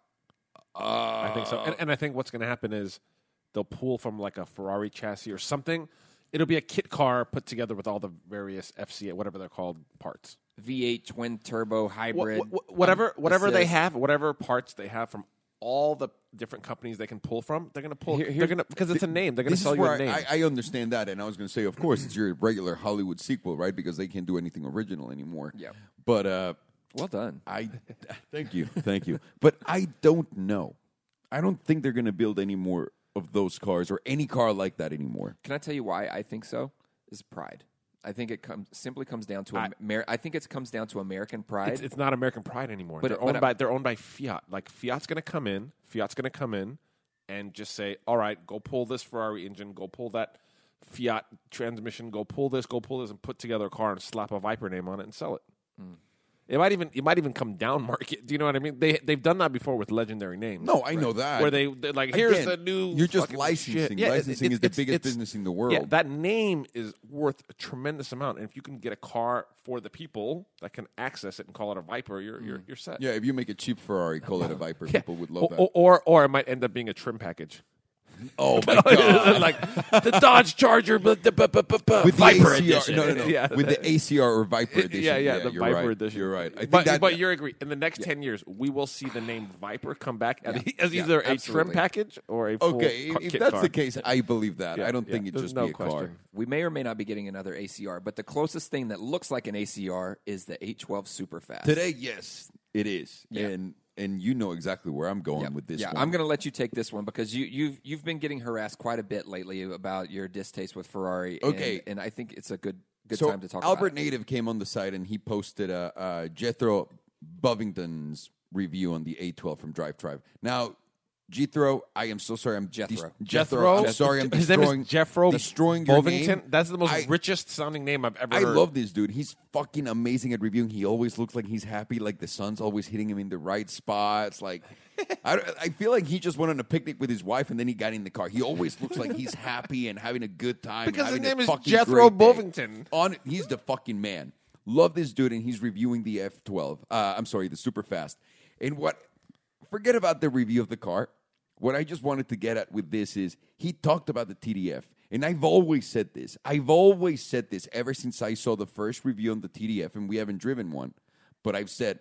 Speaker 4: I think so. And, and I think what's going to happen is they'll pull from like a Ferrari chassis or something. It'll be a kit car put together with all the various FCA, whatever they're called, parts.
Speaker 5: V8 twin turbo
Speaker 4: Wha-
Speaker 5: hybrid. Um,
Speaker 4: wha- wha- whatever, whatever they
Speaker 5: assist.
Speaker 4: have, whatever parts they have from all the different companies they can pull from, they're going to pull.
Speaker 5: Here- here-
Speaker 4: they're going to because it's a name. They're going to
Speaker 3: This
Speaker 4: sell
Speaker 3: is
Speaker 4: you
Speaker 3: where
Speaker 4: a name.
Speaker 3: I, I understand that, and I was going to say, of course, it's your regular Hollywood sequel, right? Because they can't do anything original anymore.
Speaker 5: Yeah.
Speaker 3: But uh,
Speaker 5: Well done.
Speaker 3: I thank you, thank you. But I don't know. I don't think they're going to build any more of those cars or any car like that anymore.
Speaker 5: Can I tell you why I think so? Is pride. I think it comes simply comes down to Amer- I think it comes down to American pride.
Speaker 4: it's, it's not American Pride anymore.
Speaker 5: But-
Speaker 4: they're
Speaker 5: but
Speaker 4: owned
Speaker 5: I-
Speaker 4: by they're owned by Fiat. Like Fiat's going to come in. Fiat's going to come in and just say, "All right, go pull this Ferrari engine, go pull that Fiat transmission, go pull this, go pull this, and put together a car and slap a Viper name on it and sell it."
Speaker 3: Hmm.
Speaker 4: It might even it might even come down market. Do you know what I mean? They they've done that before with legendary names.
Speaker 3: No, I know that.
Speaker 4: where they they're like here's
Speaker 3: Again,
Speaker 4: the new
Speaker 3: you're just
Speaker 4: fucking
Speaker 3: licensing.
Speaker 4: shit. Yeah, it-
Speaker 3: Licensing
Speaker 4: it-
Speaker 3: is the
Speaker 4: it's-
Speaker 3: biggest
Speaker 4: it's-
Speaker 3: business in the
Speaker 4: yeah,
Speaker 3: world.
Speaker 4: that name is worth a tremendous amount and if you can get a car for the people that can access it and call it a viper you're you're, you're set
Speaker 3: Mm. Yeah, if you make a cheap Ferrari, call it a Viper. People would love
Speaker 4: or,
Speaker 3: that.
Speaker 4: or, or or it might end up being a trim package
Speaker 3: Oh my god!
Speaker 4: like the dodge charger but the bu- bu- bu- bu-
Speaker 3: With the
Speaker 4: viper
Speaker 3: ACR,
Speaker 4: edition
Speaker 3: no, no, no.
Speaker 4: yeah
Speaker 3: With the ACR or Viper edition.
Speaker 4: yeah, yeah, the
Speaker 3: you're
Speaker 4: Viper
Speaker 3: right.
Speaker 4: edition.
Speaker 3: You're right. I think
Speaker 4: but
Speaker 3: that,
Speaker 4: but you're agree. In the next ten years, we will see the name Viper come back as, as
Speaker 5: yeah,
Speaker 4: either a trim
Speaker 5: absolutely.
Speaker 4: package or a full
Speaker 3: okay.
Speaker 4: ca-
Speaker 3: If,
Speaker 4: kit
Speaker 3: if that's
Speaker 4: car.
Speaker 3: the case, I believe that.
Speaker 4: Yeah,
Speaker 3: I don't
Speaker 4: yeah.
Speaker 3: think it'd
Speaker 4: There's
Speaker 3: just
Speaker 4: no
Speaker 3: be a car.
Speaker 4: question.
Speaker 5: we may or may not be getting another ACR, but the closest thing that looks like an ACR is the 812 Superfast.
Speaker 3: Today, yes, it is,
Speaker 5: Yeah.
Speaker 3: and and you know exactly where I'm going
Speaker 5: Yeah.
Speaker 3: with this.
Speaker 5: yeah,
Speaker 3: one.
Speaker 5: I'm going to let you take this one because you, you've you've been getting harassed quite a bit lately about your distaste with Ferrari. and-
Speaker 3: Okay.
Speaker 5: and, I think it's a good good
Speaker 3: so
Speaker 5: time to talk.
Speaker 3: Albert
Speaker 5: about it.
Speaker 3: Native came on the site and he posted uh, uh, Jethro Bovington's review on the A12 from Drive Tribe. Now, Jethro, I am so sorry. I'm
Speaker 5: Jethro.
Speaker 3: Des- Jethro, I'm sorry. I'm
Speaker 4: his
Speaker 3: destroying,
Speaker 4: name is Jeffro
Speaker 3: destroying your
Speaker 4: Bovington.
Speaker 3: name.
Speaker 4: That's the most
Speaker 3: I-
Speaker 4: richest sounding name I've ever.
Speaker 3: I
Speaker 4: heard.
Speaker 3: love this dude. He's fucking amazing at reviewing. He always looks like he's happy, like the sun's always hitting him in the right spots. Like, I, I feel like he just went on a picnic with his wife and then he got in the car. He always looks like he's happy and having a good time. and
Speaker 4: Because his
Speaker 3: having a
Speaker 4: name is
Speaker 3: fucking
Speaker 4: Jethro
Speaker 3: great day.
Speaker 4: Bovington.
Speaker 3: On he's the fucking man. Love this dude, and he's reviewing the F12. Uh, I'm sorry, the super fast. And what? Forget about the review of the car. What I just wanted to get at with this is he talked about the TDF, and I've always said this. I've always said this ever since I saw the first review on the TDF, and we haven't driven one, but I've said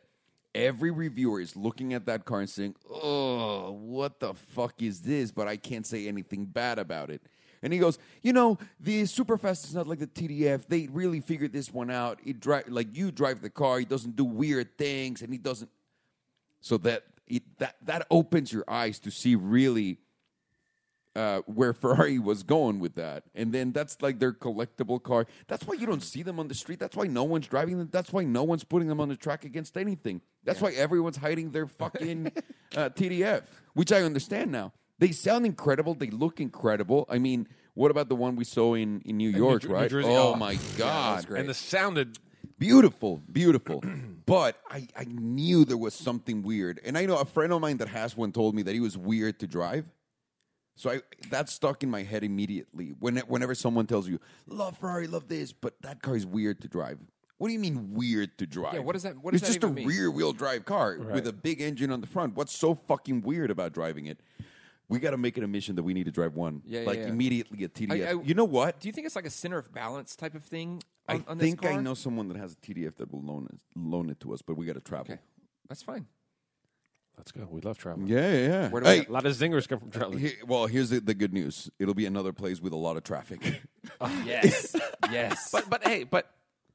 Speaker 3: every reviewer is looking at that car and saying, "Oh, what the fuck is this?" But I can't say anything bad about it. And he goes, you know, the Superfast is not like the TDF. They really figured this one out. It drive like you drive the car. It doesn't do weird things, and he doesn't. So that it, that that opens your eyes to see really uh, where Ferrari was going with that. And then that's like their collectible car. That's why you don't see them on the street. That's why no one's driving them. That's why no one's putting them on the track against anything. That's why everyone's hiding their fucking uh, TDF, which I understand now. They sound incredible. They look incredible. I mean, what about the one we saw in, in New York,
Speaker 4: Jer- New
Speaker 3: right?
Speaker 4: Jersey,
Speaker 3: oh,
Speaker 4: oh.
Speaker 3: my
Speaker 5: that
Speaker 3: God.
Speaker 5: was great.
Speaker 4: And the sounded
Speaker 3: Beautiful, beautiful. but I, I knew there was something weird. And I know a friend of mine that has one told me that he was weird to drive. So I that stuck in my head immediately. When, whenever someone tells you, love Ferrari, love this, but that car is weird to drive. What do you mean weird to drive?
Speaker 5: what does that- what does
Speaker 3: it's
Speaker 5: that
Speaker 3: just a
Speaker 5: even mean?
Speaker 3: rear wheel drive car with a big engine on the front. What's so fucking weird about driving it? We got to make it a mission that we need to drive one.
Speaker 5: Yeah, yeah,
Speaker 3: like
Speaker 5: yeah.
Speaker 3: immediately a TDF.
Speaker 5: I-
Speaker 3: you know what?
Speaker 5: Do you think it's like a center of balance type of thing?
Speaker 3: I
Speaker 5: On, on
Speaker 3: think
Speaker 5: this
Speaker 3: I
Speaker 5: car?
Speaker 3: know someone that has a TDF that will loan it, loan it to us, but we got to travel.
Speaker 5: Okay, that's fine.
Speaker 4: Let's go. We love travel.
Speaker 3: Yeah, yeah, yeah.
Speaker 5: Where do
Speaker 3: hey,
Speaker 4: A lot of zingers come from travel.
Speaker 3: he- well, here's the, the good news. It'll be another place with a lot of traffic.
Speaker 5: Yes, yes.
Speaker 4: But but hey, but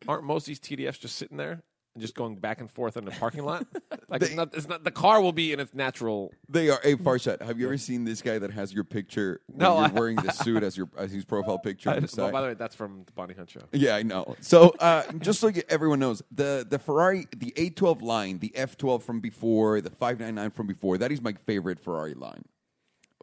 Speaker 4: aren't most of these TDFs just sitting there and just going back and forth in the parking lot? Like it's not, it's not the car will be in its natural.
Speaker 3: they are. Hey, Farshad, have you ever seen this guy that has your picture when
Speaker 4: No,
Speaker 3: you're
Speaker 4: I-
Speaker 3: wearing the suit as your as his profile picture on the
Speaker 4: Oh,
Speaker 3: side?
Speaker 4: by the way, that's from the Bonnie Hunt show.
Speaker 3: Yeah, I know. So uh, just so you- everyone knows, the the Ferrari, the A12 line, the F12 from before, the 599 from before, that is my favorite Ferrari line.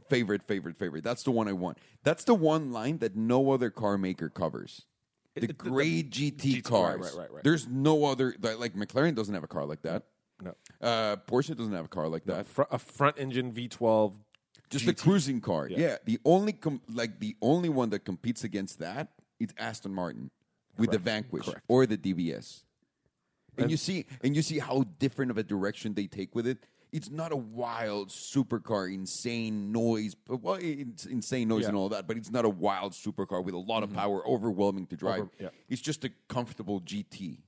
Speaker 3: Favorite, favorite, favorite. That's the one I want. That's the one line that no other car maker covers. The
Speaker 4: it- the-
Speaker 3: gray GT,
Speaker 4: GT, right,
Speaker 3: cars.
Speaker 4: right, right, right.
Speaker 3: There's no other. Like like McLaren doesn't have a car like that.
Speaker 4: No.
Speaker 3: Uh, Porsche doesn't have a car like that
Speaker 4: Fr- a front engine V12.
Speaker 3: just the cruising car. Yeah, the only com- like the only one that competes against that is Aston Martin with the Vanquish or the DBS. And, you see, and you see how different of a direction they take with it. It's not a wild supercar, insane noise. Well, it's insane noise and all that, but it's not a wild supercar with a lot of power, overwhelming to drive.
Speaker 4: yeah.
Speaker 3: It's just a comfortable GT,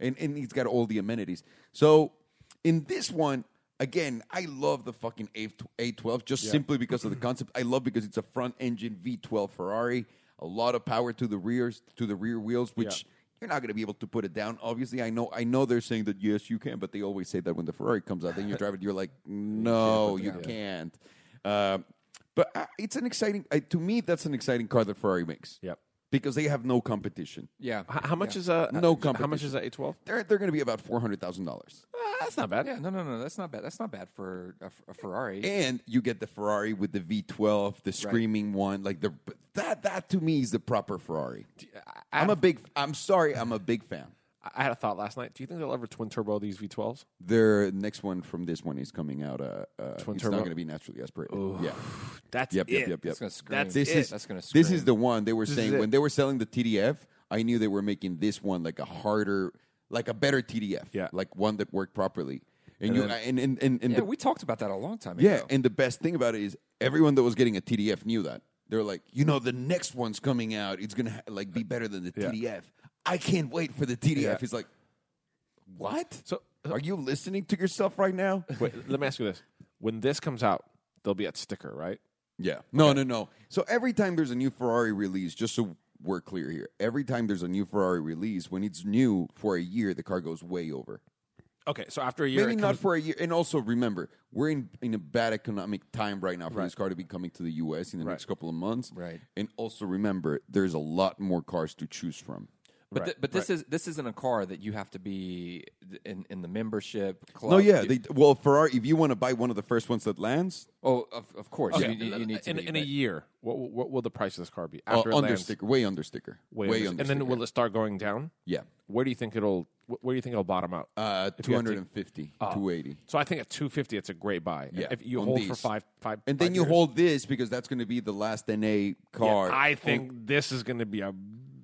Speaker 3: and and it's got all the amenities. So in this one, again, I love the fucking A A12 just simply because of the concept. I love because it's a front engine V12 Ferrari, a lot of power to the rears to the rear wheels, which. You're not going to be able to put it down. Obviously, I know. I know they're saying that yes, you can, but they always say that when the Ferrari comes out, then you drive it. You're like, no, you can't. Uh, but uh, it's an exciting. Uh, to me, that's an exciting car that Ferrari makes.
Speaker 4: Yep.
Speaker 3: Because they have no competition.
Speaker 5: yeah.
Speaker 4: H- how much is a
Speaker 3: No
Speaker 4: How much
Speaker 3: competition.
Speaker 4: is a A12?
Speaker 3: They're they're going to be about four hundred thousand dollars,
Speaker 4: that's not bad.
Speaker 5: Yeah, no, no, no. That's not Ah, bad. That's not bad for a, a Ferrari.
Speaker 3: and you get the Ferrari with the V twelve, the screaming one, like the but that that to me is the proper Ferrari. I, am a big. I'm sorry, I'm a big fan.
Speaker 4: I- I had a thought last night. Do you think they'll ever twin turbo these V12s?
Speaker 3: Their next one from this one is coming out. Uh, uh, it's
Speaker 4: turbo.
Speaker 3: not going to be naturally aspirated. Yeah.
Speaker 4: That's
Speaker 3: Yep.
Speaker 4: it.
Speaker 3: Yep. Yep. Yep.
Speaker 5: That's gonna scream. That's
Speaker 3: this
Speaker 5: it.
Speaker 3: is
Speaker 5: That's gonna
Speaker 3: This is
Speaker 5: scream.
Speaker 3: the one they were saying
Speaker 4: it.
Speaker 3: when they were selling the TDF. I knew they were making this one like a harder, like a better TDF.
Speaker 4: Yeah.
Speaker 3: Like one that worked properly. And, you and and and, and
Speaker 5: Yeah,
Speaker 3: the
Speaker 5: we talked about that a long time
Speaker 3: Yeah,
Speaker 5: ago.
Speaker 3: and the best thing about it is everyone that was getting a TDF knew that. They're like, you know, the next one's coming out. It's gonna ha- like be better than the TDF. I can't wait for the TDF.
Speaker 4: Yeah.
Speaker 3: He's like, what?
Speaker 4: So- uh,
Speaker 3: are you listening to yourself right now?
Speaker 4: Wait, let me ask you this: When this comes out, there'll be a sticker, right?
Speaker 3: Yeah. No, no, no. So every time there's a new Ferrari release, just so we're clear here, every time there's a new Ferrari release, when it's new for a year, the car goes way over.
Speaker 4: Okay, so after a year,
Speaker 3: Maybe
Speaker 4: it
Speaker 3: not
Speaker 4: comes-
Speaker 3: for a year. And also remember, we're in, in a bad economic time right now for this car to be coming to the US in the next couple of months.
Speaker 5: Right.
Speaker 3: And also remember, there's a lot more cars to choose from.
Speaker 5: but thi- but this is this isn't a car that you have to be in in the membership club.
Speaker 3: No, yeah. They, well, Ferrari, if you want to buy one of the first ones that lands,
Speaker 5: oh, of, of course.
Speaker 4: Okay,
Speaker 5: You, you- you need to
Speaker 4: in,
Speaker 5: be,
Speaker 4: in a
Speaker 5: but-
Speaker 4: year, what, what will the price of this car be
Speaker 3: uh,
Speaker 4: after it
Speaker 3: under
Speaker 4: lands,
Speaker 3: sticker, way under sticker.
Speaker 4: way under-
Speaker 3: under
Speaker 4: and then
Speaker 3: sticker.
Speaker 4: will it start going down?
Speaker 3: Yeah.
Speaker 4: Where do you think it'll? wh- Where do you think it'll bottom out?
Speaker 3: Uh,
Speaker 4: If you have to-
Speaker 3: 250,
Speaker 4: Ah.
Speaker 3: 280.
Speaker 4: So I think at two fifty, it's a great buy.
Speaker 3: Yeah,
Speaker 4: if you
Speaker 3: on
Speaker 4: hold for
Speaker 3: these.
Speaker 4: five five,
Speaker 3: And then
Speaker 4: five
Speaker 3: you
Speaker 4: years.
Speaker 3: hold this because that's going to be the last NA
Speaker 4: Yeah,
Speaker 3: car.
Speaker 4: I think this is going to be a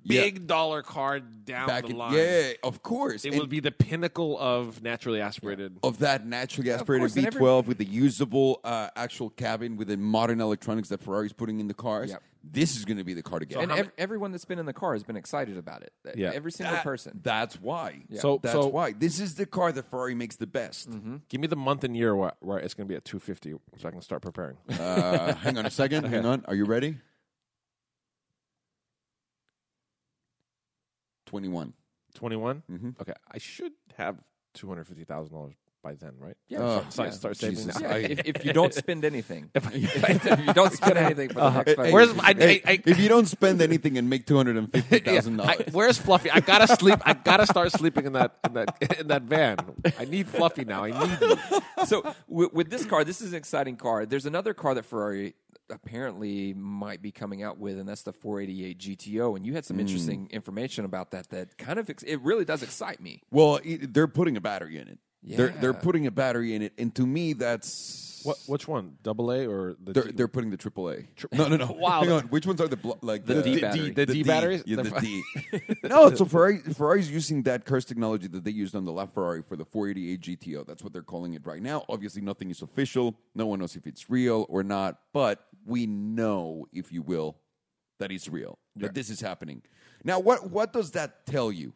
Speaker 4: big dollar car down
Speaker 3: back
Speaker 4: the
Speaker 3: in,
Speaker 4: line.
Speaker 3: yeah, of course.
Speaker 4: It
Speaker 3: And
Speaker 4: will be the pinnacle of naturally aspirated.
Speaker 3: of that naturally aspirated
Speaker 5: course, and
Speaker 3: V12
Speaker 5: every-
Speaker 3: with the usable uh, actual cabin with the modern electronics that Ferrari's putting in the cars.
Speaker 5: Yep.
Speaker 3: This is going to be the car to get.
Speaker 5: And
Speaker 4: how
Speaker 5: ev- everyone that's been in the car has been excited about it. E,
Speaker 4: Yeah.
Speaker 5: Every single
Speaker 4: Ah.
Speaker 3: That-
Speaker 5: person.
Speaker 3: That's why.
Speaker 4: So-
Speaker 3: that's
Speaker 4: so-
Speaker 3: why this is the car that Ferrari makes the best.
Speaker 4: Give me the month and year where, where it's going to be at two fifty, so I can start preparing.
Speaker 3: Uh, hang on a second. Hang on. Are you ready? Twenty-one.
Speaker 4: Twenty one. Okay, I should have two hundred fifty thousand dollars by then, right?
Speaker 5: Yeah.
Speaker 3: Oh,
Speaker 4: So I
Speaker 5: yeah.
Speaker 4: start saving
Speaker 3: Jesus.
Speaker 4: now.
Speaker 5: Yeah,
Speaker 3: I-
Speaker 5: if, if you don't spend anything, if, Uh-huh.
Speaker 4: If I-
Speaker 5: you don't spend anything for the next five
Speaker 3: Hey,
Speaker 4: Where's
Speaker 5: years,
Speaker 4: I-
Speaker 3: hey,
Speaker 4: I-
Speaker 3: if you don't spend anything and make two hundred and fifty
Speaker 4: Yeah,
Speaker 3: thousand
Speaker 4: I-
Speaker 3: dollars,
Speaker 4: where's Fluffy? I gotta sleep. I gotta start sleeping in that in that in that van. I need Fluffy now. I need you.
Speaker 5: so with, with this car, this is an exciting car. There's another car that Ferrari apparently might be coming out with, and that's the 488 GTO. And you had some interesting
Speaker 3: Mm.
Speaker 5: information about that. That kind of ex- it really does excite me.
Speaker 3: Well, it, they're putting a battery in it. They're they're
Speaker 5: Yeah.
Speaker 3: putting a battery in it, and to me, that's
Speaker 4: What? Which one? Double A or the?
Speaker 3: they're
Speaker 4: D-
Speaker 3: they're putting the AAA. no, no, no.
Speaker 4: Wow.
Speaker 3: Hang on. Which ones are the blo- like
Speaker 5: The D battery.
Speaker 4: The D batteries?
Speaker 3: Yeah,
Speaker 4: The
Speaker 3: the,
Speaker 4: fr-
Speaker 3: D. no, so Ferrari Ferrari's using that curse technology that they used on the LaFerrari for the 488 GTO. That's what they're calling it right now. Obviously, nothing is official. No one knows if it's real or not, but we know, if you will, that it's real. That this is happening. Now, what what does that tell you?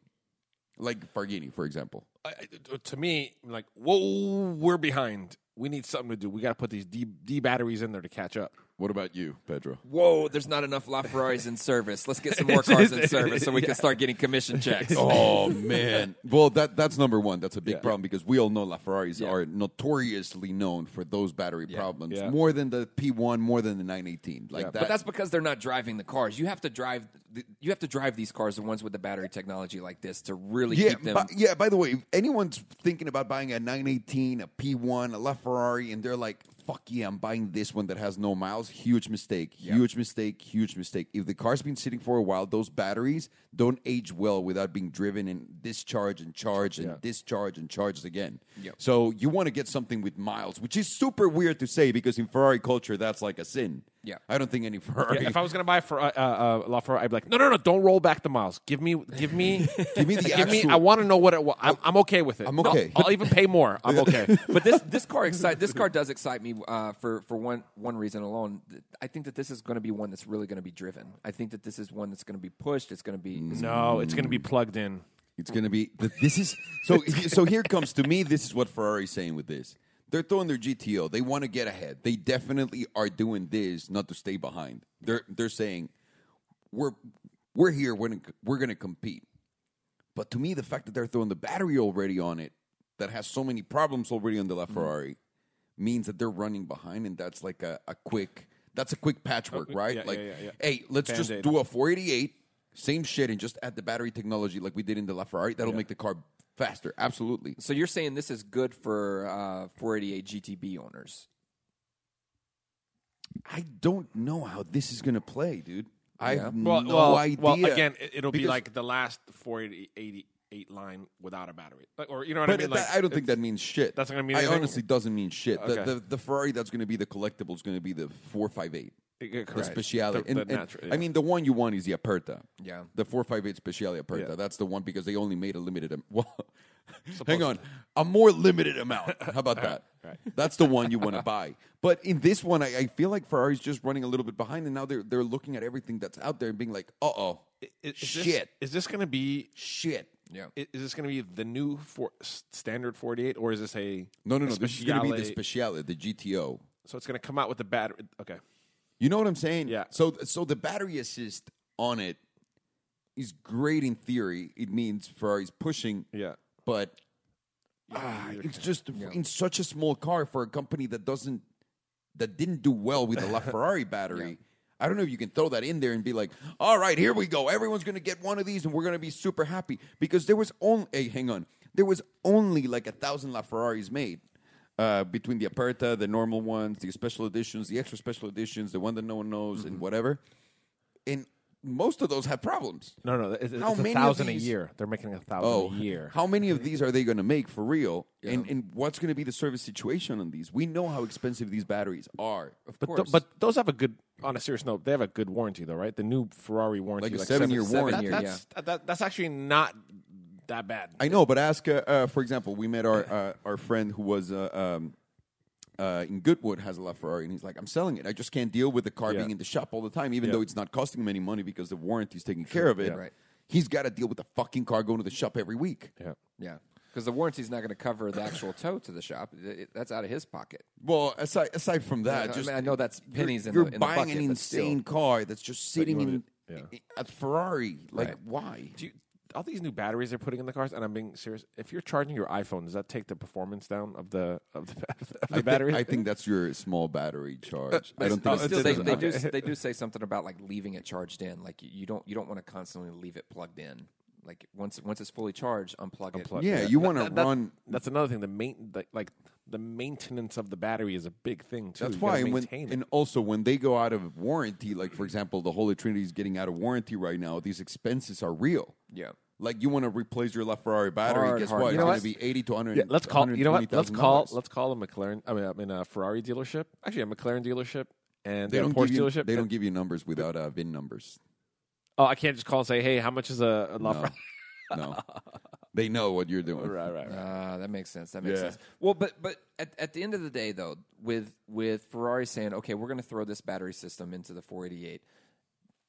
Speaker 3: Like Farghini, for example.
Speaker 4: I- I- to me, like, whoa, we're behind. We need something to do. We got to put these D, D batteries in there to catch up.
Speaker 2: What about you, Pedro?
Speaker 5: Whoa, there's not enough LaFerraris in service. Let's get some more cars in service so we can start getting commission checks.
Speaker 3: Oh man! well, that that's number one. That's a big
Speaker 4: Yeah.
Speaker 3: problem because we all know LaFerraris are notoriously known for those battery problems
Speaker 4: Yeah.
Speaker 3: more than the P1, more than the 918. Like that.
Speaker 5: But that's because they're not driving the cars. You have to drive. The, you have to drive these cars, the ones with the battery technology like this, to really
Speaker 3: yeah,
Speaker 5: keep them.
Speaker 3: by, yeah. By the way, if anyone's thinking about buying a 918, a P1, a LaFerrari, and they're like, "Fuck yeah, I'm buying this one that has no miles." Huge mistake. Huge mistake. Huge mistake. If the car's been sitting for a while, those batteries don't age well without being driven and discharge and charge and discharge and charged again.
Speaker 5: Yep.
Speaker 3: So you want to get something with miles, which is super weird to say because in Ferrari culture, that's like a sin.
Speaker 5: Yeah.
Speaker 3: I don't think any Ferrari.
Speaker 4: Yeah, if I was gonna buy for uh, uh, uh, LaFerrari, I'd be like, no, no, no, don't roll back the miles. Give me, give me,
Speaker 3: Give me the
Speaker 4: give me.
Speaker 3: actual-
Speaker 4: I want to know what it was. I'm, I'm okay with it.
Speaker 3: I'm
Speaker 4: No,
Speaker 3: okay.
Speaker 4: I'll even pay more. I'm okay.
Speaker 5: but this this car excite this car does excite me uh, for for one one reason alone. I think that this is going to be one that's really going to be driven. I think that this is one that's going to be pushed. It's going to
Speaker 3: Mm.
Speaker 5: be it's
Speaker 4: no, it's gonna be plugged in.
Speaker 3: It's gonna be. th- This is so. so here comes to me. This is what Ferrari's saying with this. They're throwing their GTO. They want to get ahead. They definitely are doing this not to stay behind. They're they're saying we're we're here. We're gonna, we're gonna compete. But to me, the fact that they're throwing the battery already on it that has so many problems already on the
Speaker 4: Mm-hmm.
Speaker 3: LaFerrari Ferrari means that they're running behind, and that's like a, a quick that's a quick patchwork, right?
Speaker 4: yeah,
Speaker 3: like,
Speaker 4: yeah, yeah.
Speaker 3: hey, let's just
Speaker 4: Band-Aid.
Speaker 3: do a 488, same shit, and just add the battery technology like we did in the LaFerrari. That'll make the car faster. Absolutely.
Speaker 5: So you're saying this is good for uh, 488 GTB owners?
Speaker 3: I don't know how this is gonna play, dude. I have
Speaker 4: Well,
Speaker 3: no
Speaker 4: well,
Speaker 3: idea.
Speaker 4: well, again, it, it'll be
Speaker 3: Because-
Speaker 4: like the last 488 line without a battery, Like, or you know what
Speaker 3: But
Speaker 4: I mean?
Speaker 3: that-
Speaker 4: Like,
Speaker 3: I don't think that means shit.
Speaker 4: that's not gonna mean
Speaker 3: I
Speaker 4: anything?
Speaker 3: honestly doesn't mean shit.
Speaker 4: Okay.
Speaker 3: The, the the Ferrari that's gonna be the collectible is gonna be the four five eight.
Speaker 4: Yeah,
Speaker 3: the
Speaker 4: correct.
Speaker 3: speciale.
Speaker 4: The-
Speaker 3: and,
Speaker 4: the
Speaker 3: and-
Speaker 4: natural-
Speaker 3: I
Speaker 4: yeah.
Speaker 3: mean, the one you want is the Aperta.
Speaker 5: Yeah.
Speaker 3: The 458 speciale Aperta.
Speaker 4: Yeah.
Speaker 3: That's the one because they only made a limited amount. Well, hang on. A more limited amount. How about that? That's the one you want to buy. But in this one, I, I feel like Ferrari's just running a little bit behind, and now they're, they're looking at everything that's out there and being like, uh oh,
Speaker 4: I- is this-
Speaker 3: shit,
Speaker 4: is this gonna be
Speaker 3: shit.
Speaker 5: Yeah.
Speaker 4: I- Is this going to be the new for, s- standard 48, or is this a
Speaker 3: No, no,
Speaker 4: a
Speaker 3: no. This is going to be the
Speaker 4: speciale?
Speaker 3: speciale, the GTO.
Speaker 4: so it's going to come out with the battery. Okay,
Speaker 3: You know what I'm saying?
Speaker 4: Yeah.
Speaker 3: So so the battery assist on it is great in theory. It means Ferrari's pushing.
Speaker 4: Yeah.
Speaker 3: But ah, it's just in such a small car for a company that doesn't that didn't do well with the LaFerrari battery. I don't know if you can throw that in there and be like, "All right, here we go. Everyone's going to get one of these, and we're going to be super happy." Because there was only, hey, hang on, there was only like a thousand LaFerraris made uh, between the Aperta, the normal ones, the special editions, the extra special editions, the one that no one knows, and whatever. And most of those had problems.
Speaker 4: no, no. It's,
Speaker 3: How
Speaker 4: it's
Speaker 3: many
Speaker 4: a
Speaker 3: of
Speaker 4: thousand
Speaker 3: these-
Speaker 4: a year. They're making a thousand
Speaker 3: Oh,
Speaker 4: a year.
Speaker 3: how many of these are they going to make for real? And and what's going to be the service situation on these? We know how expensive these batteries are. Of
Speaker 4: but, th- but those have a good. On a serious note, they have a good warranty though, right? The new Ferrari warranty,
Speaker 3: Like a seven-year
Speaker 5: warranty,
Speaker 4: that-
Speaker 5: yeah.
Speaker 4: that's that- that- that's actually not that bad.
Speaker 3: I know, but ask. Uh, uh, for example, we met our uh, our friend who was uh, um, uh, in Goodwood has a LaFerrari, and he's like, "I'm selling it. I just can't deal with the car
Speaker 4: Yeah.
Speaker 3: being in the shop all the time, even though it's not costing him any money because the warranty's taking care of it.
Speaker 5: Right.
Speaker 3: He's got to deal with the fucking car going to the shop every week.
Speaker 4: yeah.
Speaker 5: Yeah, because the warranty's not going to cover the actual tow to the shop. It- it- that's out of his pocket.
Speaker 3: Well, aside aside from that,
Speaker 5: I
Speaker 3: just
Speaker 5: mean, I know that's
Speaker 3: you're-
Speaker 5: pennies in
Speaker 3: you're
Speaker 5: the- in the
Speaker 3: buying
Speaker 5: bucket,
Speaker 3: an
Speaker 5: but still.
Speaker 3: insane car that's just sitting in
Speaker 4: wanna- yeah.
Speaker 3: i- at Ferrari. Like, why?
Speaker 4: Do you, all these new batteries they're putting in the cars, and I'm being serious. If you're charging your iPhone, does that take the performance down of the of the, of the battery?
Speaker 3: I think that's your small battery charge. I don't
Speaker 5: But
Speaker 3: think
Speaker 5: still,
Speaker 3: it's
Speaker 5: they,
Speaker 3: doesn't-
Speaker 5: they do they do say something about like leaving it charged in. Like you- you don't you don't want to constantly leave it plugged in. Like once once it's fully charged, unplug,
Speaker 4: Unplug.
Speaker 5: it.
Speaker 3: Yeah, you want to
Speaker 4: That- that-
Speaker 3: run.
Speaker 4: That's another thing. The main, the, like the maintenance of the battery is a big thing too.
Speaker 3: That's
Speaker 4: You
Speaker 3: why,
Speaker 4: gotta
Speaker 3: and, when,
Speaker 4: maintain it.
Speaker 3: and also when they go out of warranty, like for example, the Holy Trinity is getting out of warranty right now. These expenses are real.
Speaker 5: Yeah.
Speaker 3: Like you want to replace your LaFerrari battery,
Speaker 5: Hard,
Speaker 3: guess
Speaker 5: hard.
Speaker 3: what?
Speaker 5: You
Speaker 3: it's
Speaker 5: know
Speaker 3: going
Speaker 5: what?
Speaker 3: to be eighty to hundred.
Speaker 4: Yeah, let's call. You know what? Let's call. Let's call a McLaren. I mean, I mean a Ferrari dealership. Actually, a McLaren dealership and
Speaker 3: they
Speaker 4: a
Speaker 3: don't
Speaker 4: Porsche
Speaker 3: give you,
Speaker 4: dealership.
Speaker 3: They don't give you numbers without uh, VIN numbers.
Speaker 4: oh, I can't just call and say, "Hey, how much is a, a LaFerrari?"
Speaker 3: No, they know what you're doing.
Speaker 4: right, right, right.
Speaker 5: Ah, that makes sense. That makes
Speaker 3: Yeah.
Speaker 5: sense. Well, but but at, at the end of the day, though, with with Ferrari saying, okay, we're going to throw this battery system into the 488,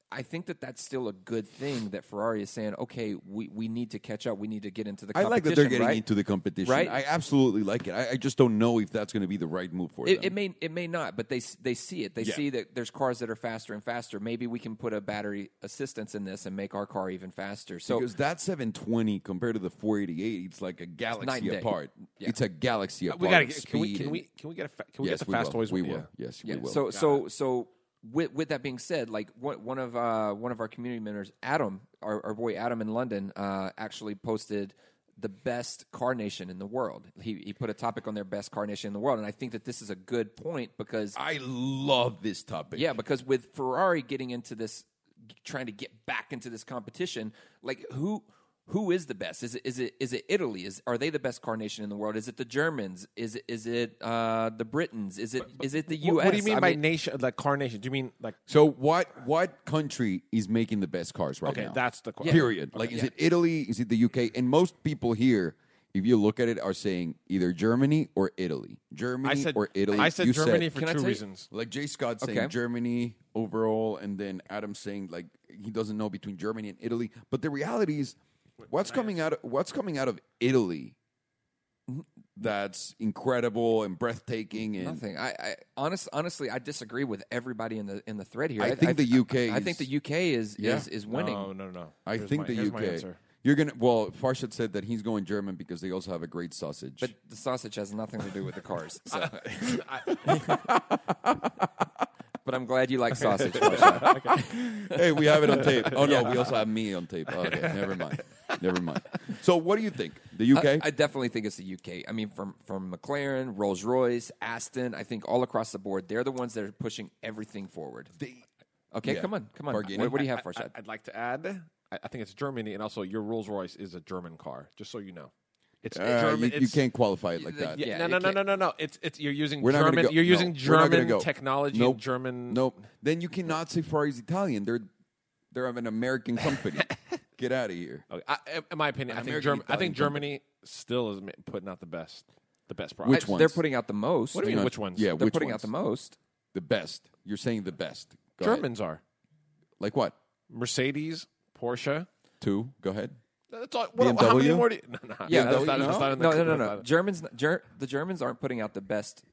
Speaker 5: I think that that's still a good thing that Ferrari is saying, okay, we, we need to catch up. We need to get into the
Speaker 3: I
Speaker 5: competition.
Speaker 3: like that they're getting
Speaker 5: right?
Speaker 3: into the competition.
Speaker 5: Right?
Speaker 3: I absolutely like it. I, I just don't know if that's going to be the right move for
Speaker 5: It,
Speaker 3: them.
Speaker 5: it may it may not, but they s- they see it. They see that there's cars that are faster and faster. Maybe we can put a battery assistance in this and make our car even faster. So
Speaker 3: because that 720 compared to the 488, it's like a
Speaker 5: night
Speaker 3: galaxy
Speaker 5: and day.
Speaker 3: apart.
Speaker 5: Yeah.
Speaker 3: It's a galaxy apart.
Speaker 4: Uh, We gotta
Speaker 3: in
Speaker 4: get. Can we?
Speaker 3: speed
Speaker 4: Can
Speaker 3: and-
Speaker 4: we? Can we get a? Fa- can we
Speaker 3: yes,
Speaker 4: get the
Speaker 3: we
Speaker 4: fast
Speaker 3: will.
Speaker 4: noise?
Speaker 3: We
Speaker 4: yeah.
Speaker 3: will. Yes,
Speaker 5: Yeah.
Speaker 3: we will.
Speaker 5: So so so with with that being said, like one one of uh, one of our community members, Adam, our, our boy Adam in London, uh, actually posted the best car nation in the world. He he put a topic on their best car nation in the world, and I think that this is a good point because
Speaker 3: I love this topic.
Speaker 5: yeah, because with Ferrari getting into this, trying to get back into this competition, like who who is the best? Is it is it is it Italy? Is are they the best car nation in the world? Is it the Germans? Is it is it uh, the Britons? Is it is it the
Speaker 4: What,
Speaker 5: U.S.?
Speaker 4: what do you mean
Speaker 5: I
Speaker 4: by nation? Like car nation? Do you mean like?
Speaker 3: So what what country is making the best cars right
Speaker 4: Okay,
Speaker 3: now?
Speaker 4: that's the question.
Speaker 3: Period. Like, is it Italy? Is it the UK? And most people here, if you look at it, are saying either Germany or Italy. Germany
Speaker 4: I said
Speaker 3: or Italy.
Speaker 4: I said
Speaker 3: You
Speaker 4: Germany for
Speaker 5: Can I
Speaker 4: two
Speaker 5: tell you-
Speaker 4: reasons.
Speaker 3: like Jay Scott saying
Speaker 5: Okay.
Speaker 3: Germany overall, and then Adam saying like he doesn't know between Germany and Italy. But the reality is, what's coming out of what's coming out of Italy that's incredible and breathtaking and
Speaker 5: Nothing. I, I honest, honestly, I disagree with everybody in the in the thread here.
Speaker 3: I think the UK
Speaker 5: I, think
Speaker 3: is-
Speaker 5: the UK is
Speaker 3: Yeah.
Speaker 5: is, is winning.
Speaker 4: No, no, no.
Speaker 3: I
Speaker 4: Here's
Speaker 3: think
Speaker 4: my-
Speaker 3: the
Speaker 4: here's my
Speaker 3: UK.
Speaker 4: answer.
Speaker 3: You're gonna well, Farshad said that he's going German because they also have a great sausage.
Speaker 5: But the sausage has nothing to do with the cars. So. but I'm glad you like sausage. Marsha.
Speaker 3: hey, we have it on tape. Oh no, we also have me on tape. Oh, Okay, never mind. Never mind. So what do you think? The
Speaker 4: Uh,
Speaker 3: UK?
Speaker 5: I definitely think it's the UK. I mean, from from McLaren, Rolls Royce, Aston. I think all across the board, they're the ones that are pushing everything forward. Okay,
Speaker 3: Yeah.
Speaker 5: come on, come on. What,
Speaker 3: Bargaining.
Speaker 5: what do you have,
Speaker 4: I,
Speaker 5: Farshad?
Speaker 4: would like to add. I, I think it's Germany, and also your Rolls Royce is a German car. Just so you know, it's
Speaker 3: Uh,
Speaker 4: German.
Speaker 3: you, you
Speaker 4: it's-
Speaker 3: can't qualify it like that.
Speaker 5: Yeah,
Speaker 4: Yeah, no,
Speaker 5: it
Speaker 4: no, no,
Speaker 5: can't-
Speaker 4: no, no, no. It's it's you're using
Speaker 3: We're not
Speaker 4: German.
Speaker 3: gonna go.
Speaker 4: you're
Speaker 3: no,
Speaker 4: using
Speaker 3: we're not
Speaker 4: German
Speaker 3: gonna go.
Speaker 4: technology.
Speaker 3: Nope.
Speaker 4: and German.
Speaker 3: Nope. Then you cannot say Ferrari's Italian. They're they're of an American company. Get out of here.
Speaker 4: Okay. I, in my opinion, I think,
Speaker 3: American
Speaker 4: Germ- I
Speaker 3: Italian
Speaker 4: think Germany still is ma- putting out the best, the best product.
Speaker 3: Which ones?
Speaker 5: They're putting out the most.
Speaker 4: What do you mean?
Speaker 3: Hang on.
Speaker 4: Which ones?
Speaker 3: Yeah,
Speaker 5: They're
Speaker 3: which
Speaker 5: putting
Speaker 3: ones?
Speaker 5: out the most.
Speaker 3: the best. You're saying the best. Go ahead.
Speaker 4: Germans are
Speaker 3: Like what?
Speaker 4: Mercedes, Porsche.
Speaker 3: Two. Go ahead.
Speaker 4: That's all. What, how many
Speaker 3: BMW?
Speaker 4: more? Do you, no, no,
Speaker 5: Yeah,
Speaker 4: that's
Speaker 5: no,
Speaker 4: not, that's not in
Speaker 5: no,
Speaker 4: the
Speaker 5: no, no,
Speaker 4: that's
Speaker 5: no.
Speaker 4: not-
Speaker 5: Germans, ger- the Germans aren't putting out the best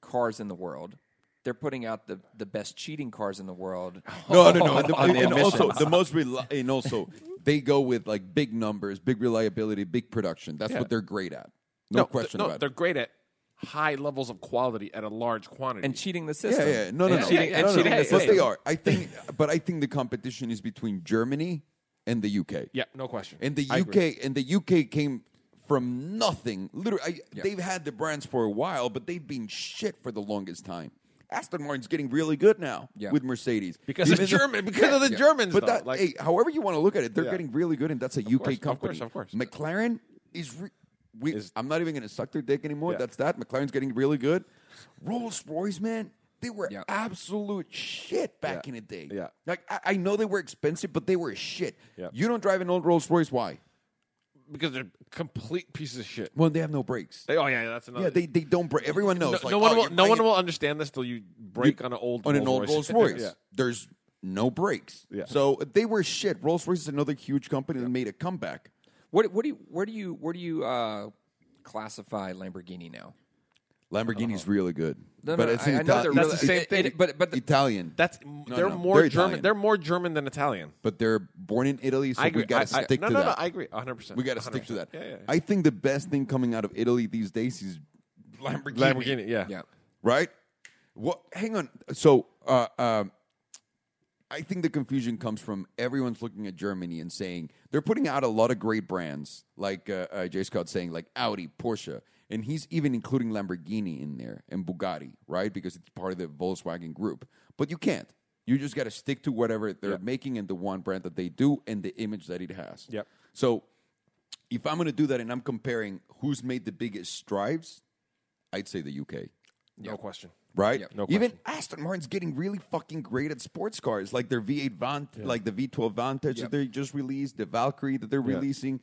Speaker 5: cars in the world. They're putting out the, the best cheating cars in the world.
Speaker 3: No, no, no. And, the,
Speaker 5: On
Speaker 3: and, and also
Speaker 5: emissions.
Speaker 3: the most reli- and also they go with like big numbers, big reliability, big production. That's what they're great at. No,
Speaker 4: th-
Speaker 3: question
Speaker 4: no,
Speaker 3: about
Speaker 4: They're
Speaker 3: it.
Speaker 4: great at high levels of quality at a large quantity.
Speaker 5: and cheating the
Speaker 3: Yeah,
Speaker 5: system.
Speaker 3: yeah. No, no,
Speaker 5: and
Speaker 3: no.
Speaker 5: Cheating, and
Speaker 3: no, no,
Speaker 5: cheating
Speaker 3: no.
Speaker 5: the
Speaker 4: Hey,
Speaker 5: system.
Speaker 3: But they are. I think but I think the competition is between Germany and the UK.
Speaker 4: yeah, no question.
Speaker 3: And the
Speaker 4: I
Speaker 3: UK
Speaker 4: agree.
Speaker 3: and the UK came from nothing. Literally I, they've had the brands for a while, but they've been shit for the longest time. Aston Martin's getting really good now
Speaker 5: Yeah.
Speaker 3: with Mercedes.
Speaker 4: because of
Speaker 3: Even though-
Speaker 4: German, because of the Germans.
Speaker 3: But
Speaker 4: though.
Speaker 3: that,
Speaker 4: like,
Speaker 3: hey, however you want to look at it, they're
Speaker 4: Yeah.
Speaker 3: getting really good, and that's a UK
Speaker 4: course, of
Speaker 3: company.
Speaker 4: course, of course.
Speaker 3: McLaren is. Re- we,
Speaker 4: Is-
Speaker 3: I'm not even going to suck their dick anymore.
Speaker 4: Yeah.
Speaker 3: That's that. McLaren's getting really good. Rolls Royce, man, they were
Speaker 5: Yeah.
Speaker 3: absolute shit back in the day.
Speaker 4: Yeah.
Speaker 3: like I, I know they were expensive, but they were shit.
Speaker 4: Yeah.
Speaker 3: You don't drive an old Rolls Royce, why?
Speaker 4: because they're complete pieces of shit.
Speaker 3: Well, they have no brakes.
Speaker 4: They, oh yeah, that's another.
Speaker 3: yeah, they, they don't break. Everyone
Speaker 4: no,
Speaker 3: knows. like,
Speaker 4: no one
Speaker 3: oh,
Speaker 4: will.
Speaker 3: you're
Speaker 4: No one
Speaker 3: banging-
Speaker 4: will understand this till you break on an old
Speaker 3: on an old
Speaker 4: Rolls-Royce.
Speaker 3: Rolls Royce.
Speaker 4: yeah.
Speaker 3: There's no brakes.
Speaker 4: Yeah.
Speaker 3: So they were shit. Rolls Royce is another huge company that made a comeback.
Speaker 5: What, what do you, where do you, where do you uh, classify Lamborghini now?
Speaker 3: Lamborghini's really good,
Speaker 5: No,
Speaker 3: but
Speaker 5: no,
Speaker 3: it's
Speaker 5: I,
Speaker 3: an
Speaker 5: I know they're
Speaker 3: Itali-
Speaker 5: really,
Speaker 4: That's the same
Speaker 5: it-
Speaker 4: thing.
Speaker 5: it- but but the,
Speaker 3: Italian.
Speaker 4: That's they're
Speaker 3: no,
Speaker 4: more
Speaker 3: they're
Speaker 4: German.
Speaker 3: Italian.
Speaker 4: They're more German than Italian.
Speaker 3: but they're born in Italy, so
Speaker 4: I agree.
Speaker 3: we got to
Speaker 4: I- I-
Speaker 3: stick
Speaker 4: no,
Speaker 3: to
Speaker 4: no,
Speaker 3: that.
Speaker 4: No, I agree. 100. percent
Speaker 3: we got to stick to that.
Speaker 4: Yeah, yeah.
Speaker 3: I think the best thing coming out of Italy these days is Lamborghini.
Speaker 4: Lamborghini. Yeah.
Speaker 5: yeah.
Speaker 3: right? What? Hang on. So, uh, um, I think the confusion comes from everyone's looking at Germany and saying they're putting out a lot of great brands, like uh, uh, Jay Scott saying, like Audi, Porsche, and he's even including Lamborghini in there and Bugatti, right? Because it's part of the Volkswagen group. But you can't. You just got to stick to whatever they're making and the one brand that they do and the image that it has.
Speaker 4: Yep.
Speaker 3: So if I'm going to do that and I'm comparing who's made the biggest strides, I'd say the UK
Speaker 4: No question.
Speaker 3: right?
Speaker 4: No
Speaker 3: Even Aston Martin's getting really fucking great at sports cars, like their V8 Vant, like the V12 Vantage that they just released, the Valkyrie that they're releasing,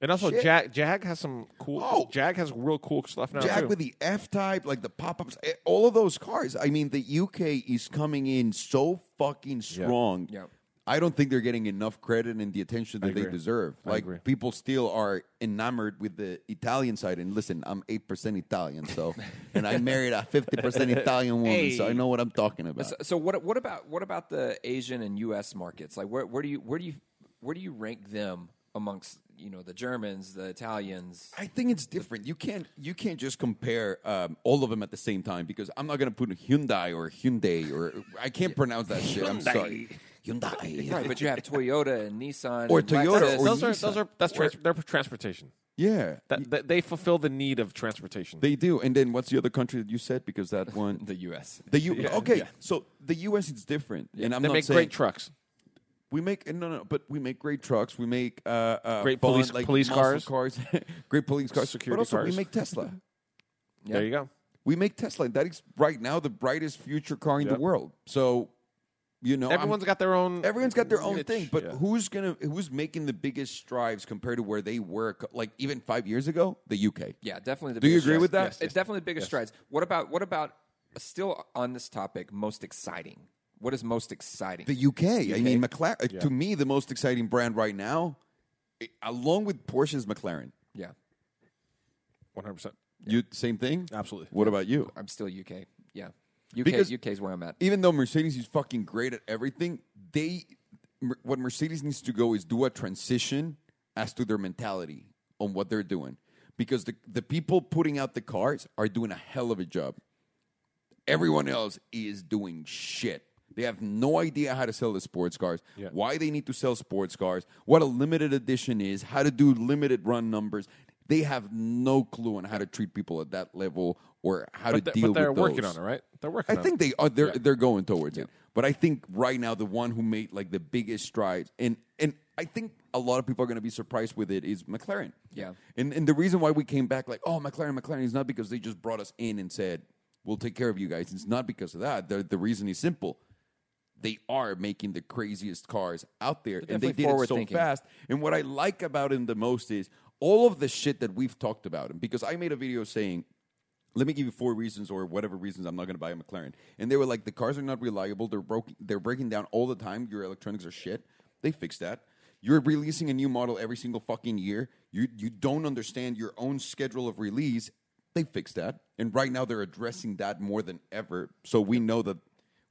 Speaker 4: And also,
Speaker 3: Shit.
Speaker 4: Jag, Jag has some cool.
Speaker 3: Oh.
Speaker 4: Jag has real cool stuff now.
Speaker 3: Jag
Speaker 4: too.
Speaker 3: with the F Type, like the pop ups, eh, all of those cars. I mean, the UK is coming in so fucking strong.
Speaker 5: Yep.
Speaker 3: I don't think they're getting enough credit and the attention that they
Speaker 4: agree.
Speaker 3: deserve. like
Speaker 4: agree.
Speaker 3: people still are enamored with the Italian side. And listen, I'm eight percent Italian, so and I married a fifty percent Italian woman, so I know what I'm talking about.
Speaker 5: So, so what what about what about the Asian and U.S. markets? Like where where do you where do you where do you rank them amongst you know the Germans, the Italians?
Speaker 3: I think it's different. You can't you can't just compare um, all of them at the same time because I'm not gonna put Hyundai or Hyundai or I can't pronounce that shit. I'm sorry, Hyundai.
Speaker 5: Right, but you have Toyota and Nissan
Speaker 3: Or
Speaker 5: and
Speaker 3: Toyota
Speaker 5: Lexus.
Speaker 3: or
Speaker 4: those are
Speaker 3: Nissan.
Speaker 4: those are that's trans- they're transportation.
Speaker 3: Yeah,
Speaker 4: That, that they fulfill the need of transportation.
Speaker 3: they do. And then what's the other country that you said? Because that one, the,
Speaker 5: the U.S.
Speaker 3: U. okay, so the U.S. is different, and I'm
Speaker 4: They
Speaker 3: not
Speaker 4: make
Speaker 3: saying
Speaker 4: great trucks.
Speaker 3: we make no no, but we make great trucks. We make uh, uh,
Speaker 4: Great
Speaker 3: fun,
Speaker 4: police-
Speaker 3: like
Speaker 4: police
Speaker 3: muscle cars, great police cars,
Speaker 4: Security
Speaker 3: but also
Speaker 4: cars.
Speaker 3: we make Tesla.
Speaker 4: There you go.
Speaker 3: we make Tesla. That is right now the brightest future car in
Speaker 4: Yep.
Speaker 3: the world. So, you know, I'm-
Speaker 4: Everyone's got their own.
Speaker 3: everyone's got their own
Speaker 4: niche,
Speaker 3: thing. But
Speaker 4: yeah.
Speaker 3: who's gonna who's making the biggest strides compared to where they were? co- Like even five years ago, the UK.
Speaker 5: Yeah, definitely. The
Speaker 3: Do you
Speaker 5: biggest
Speaker 3: agree
Speaker 5: strides.
Speaker 3: with that?
Speaker 5: It's definitely the biggest strides. What about what about still on this topic? Most exciting. What is most exciting?
Speaker 3: The UK. I mean, McLaren. uh, To me, the most exciting brand right now, i- along with Porsche's McLaren.
Speaker 5: yeah,
Speaker 4: One hundred percent.
Speaker 3: You same thing.
Speaker 4: Absolutely.
Speaker 3: What about you?
Speaker 5: I'm still UK. Yeah, UK
Speaker 3: Because-
Speaker 5: UK is where I'm at.
Speaker 3: even though Mercedes is fucking great at everything, they Mer- what Mercedes needs to go is do a transition as to their mentality on what they're doing because the the people putting out the cars are doing a hell of a job. Everyone else is doing shit. They have no idea how to sell the sports cars, why they need to sell sports cars, what a limited edition is, how to do limited run numbers. They have no clue on how to treat people at that level or how
Speaker 4: But,
Speaker 3: to
Speaker 4: they,
Speaker 3: deal
Speaker 4: but they're
Speaker 3: with
Speaker 4: working
Speaker 3: those.
Speaker 4: on it, right? They're
Speaker 3: I
Speaker 4: working. on
Speaker 3: think
Speaker 4: it.
Speaker 3: they are. They're they're going towards it. But I think right now the one who made like the biggest strides, and and I think a lot of people are going to be surprised with it is McLaren.
Speaker 5: Yeah.
Speaker 3: And and the reason why we came back like oh McLaren McLaren is not because they just brought us in and said we'll take care of you guys. It's not because of that. The the reason is simple. They are making the craziest cars out there, and they
Speaker 5: definitely
Speaker 3: did it so
Speaker 5: forward-thinking.
Speaker 3: fast fast. And what I like about him the most is all of the shit that we've talked about him. Because I made a video saying, let me give you four reasons or whatever reasons I'm not going to buy a McLaren. And they were like, the cars are not reliable. They're broken. They're breaking down all the time. Your electronics are shit. They fixed that. You're releasing a new model every single fucking year. You you don't understand your own schedule of release. They fixed that. And right now they're addressing that more than ever. So we know that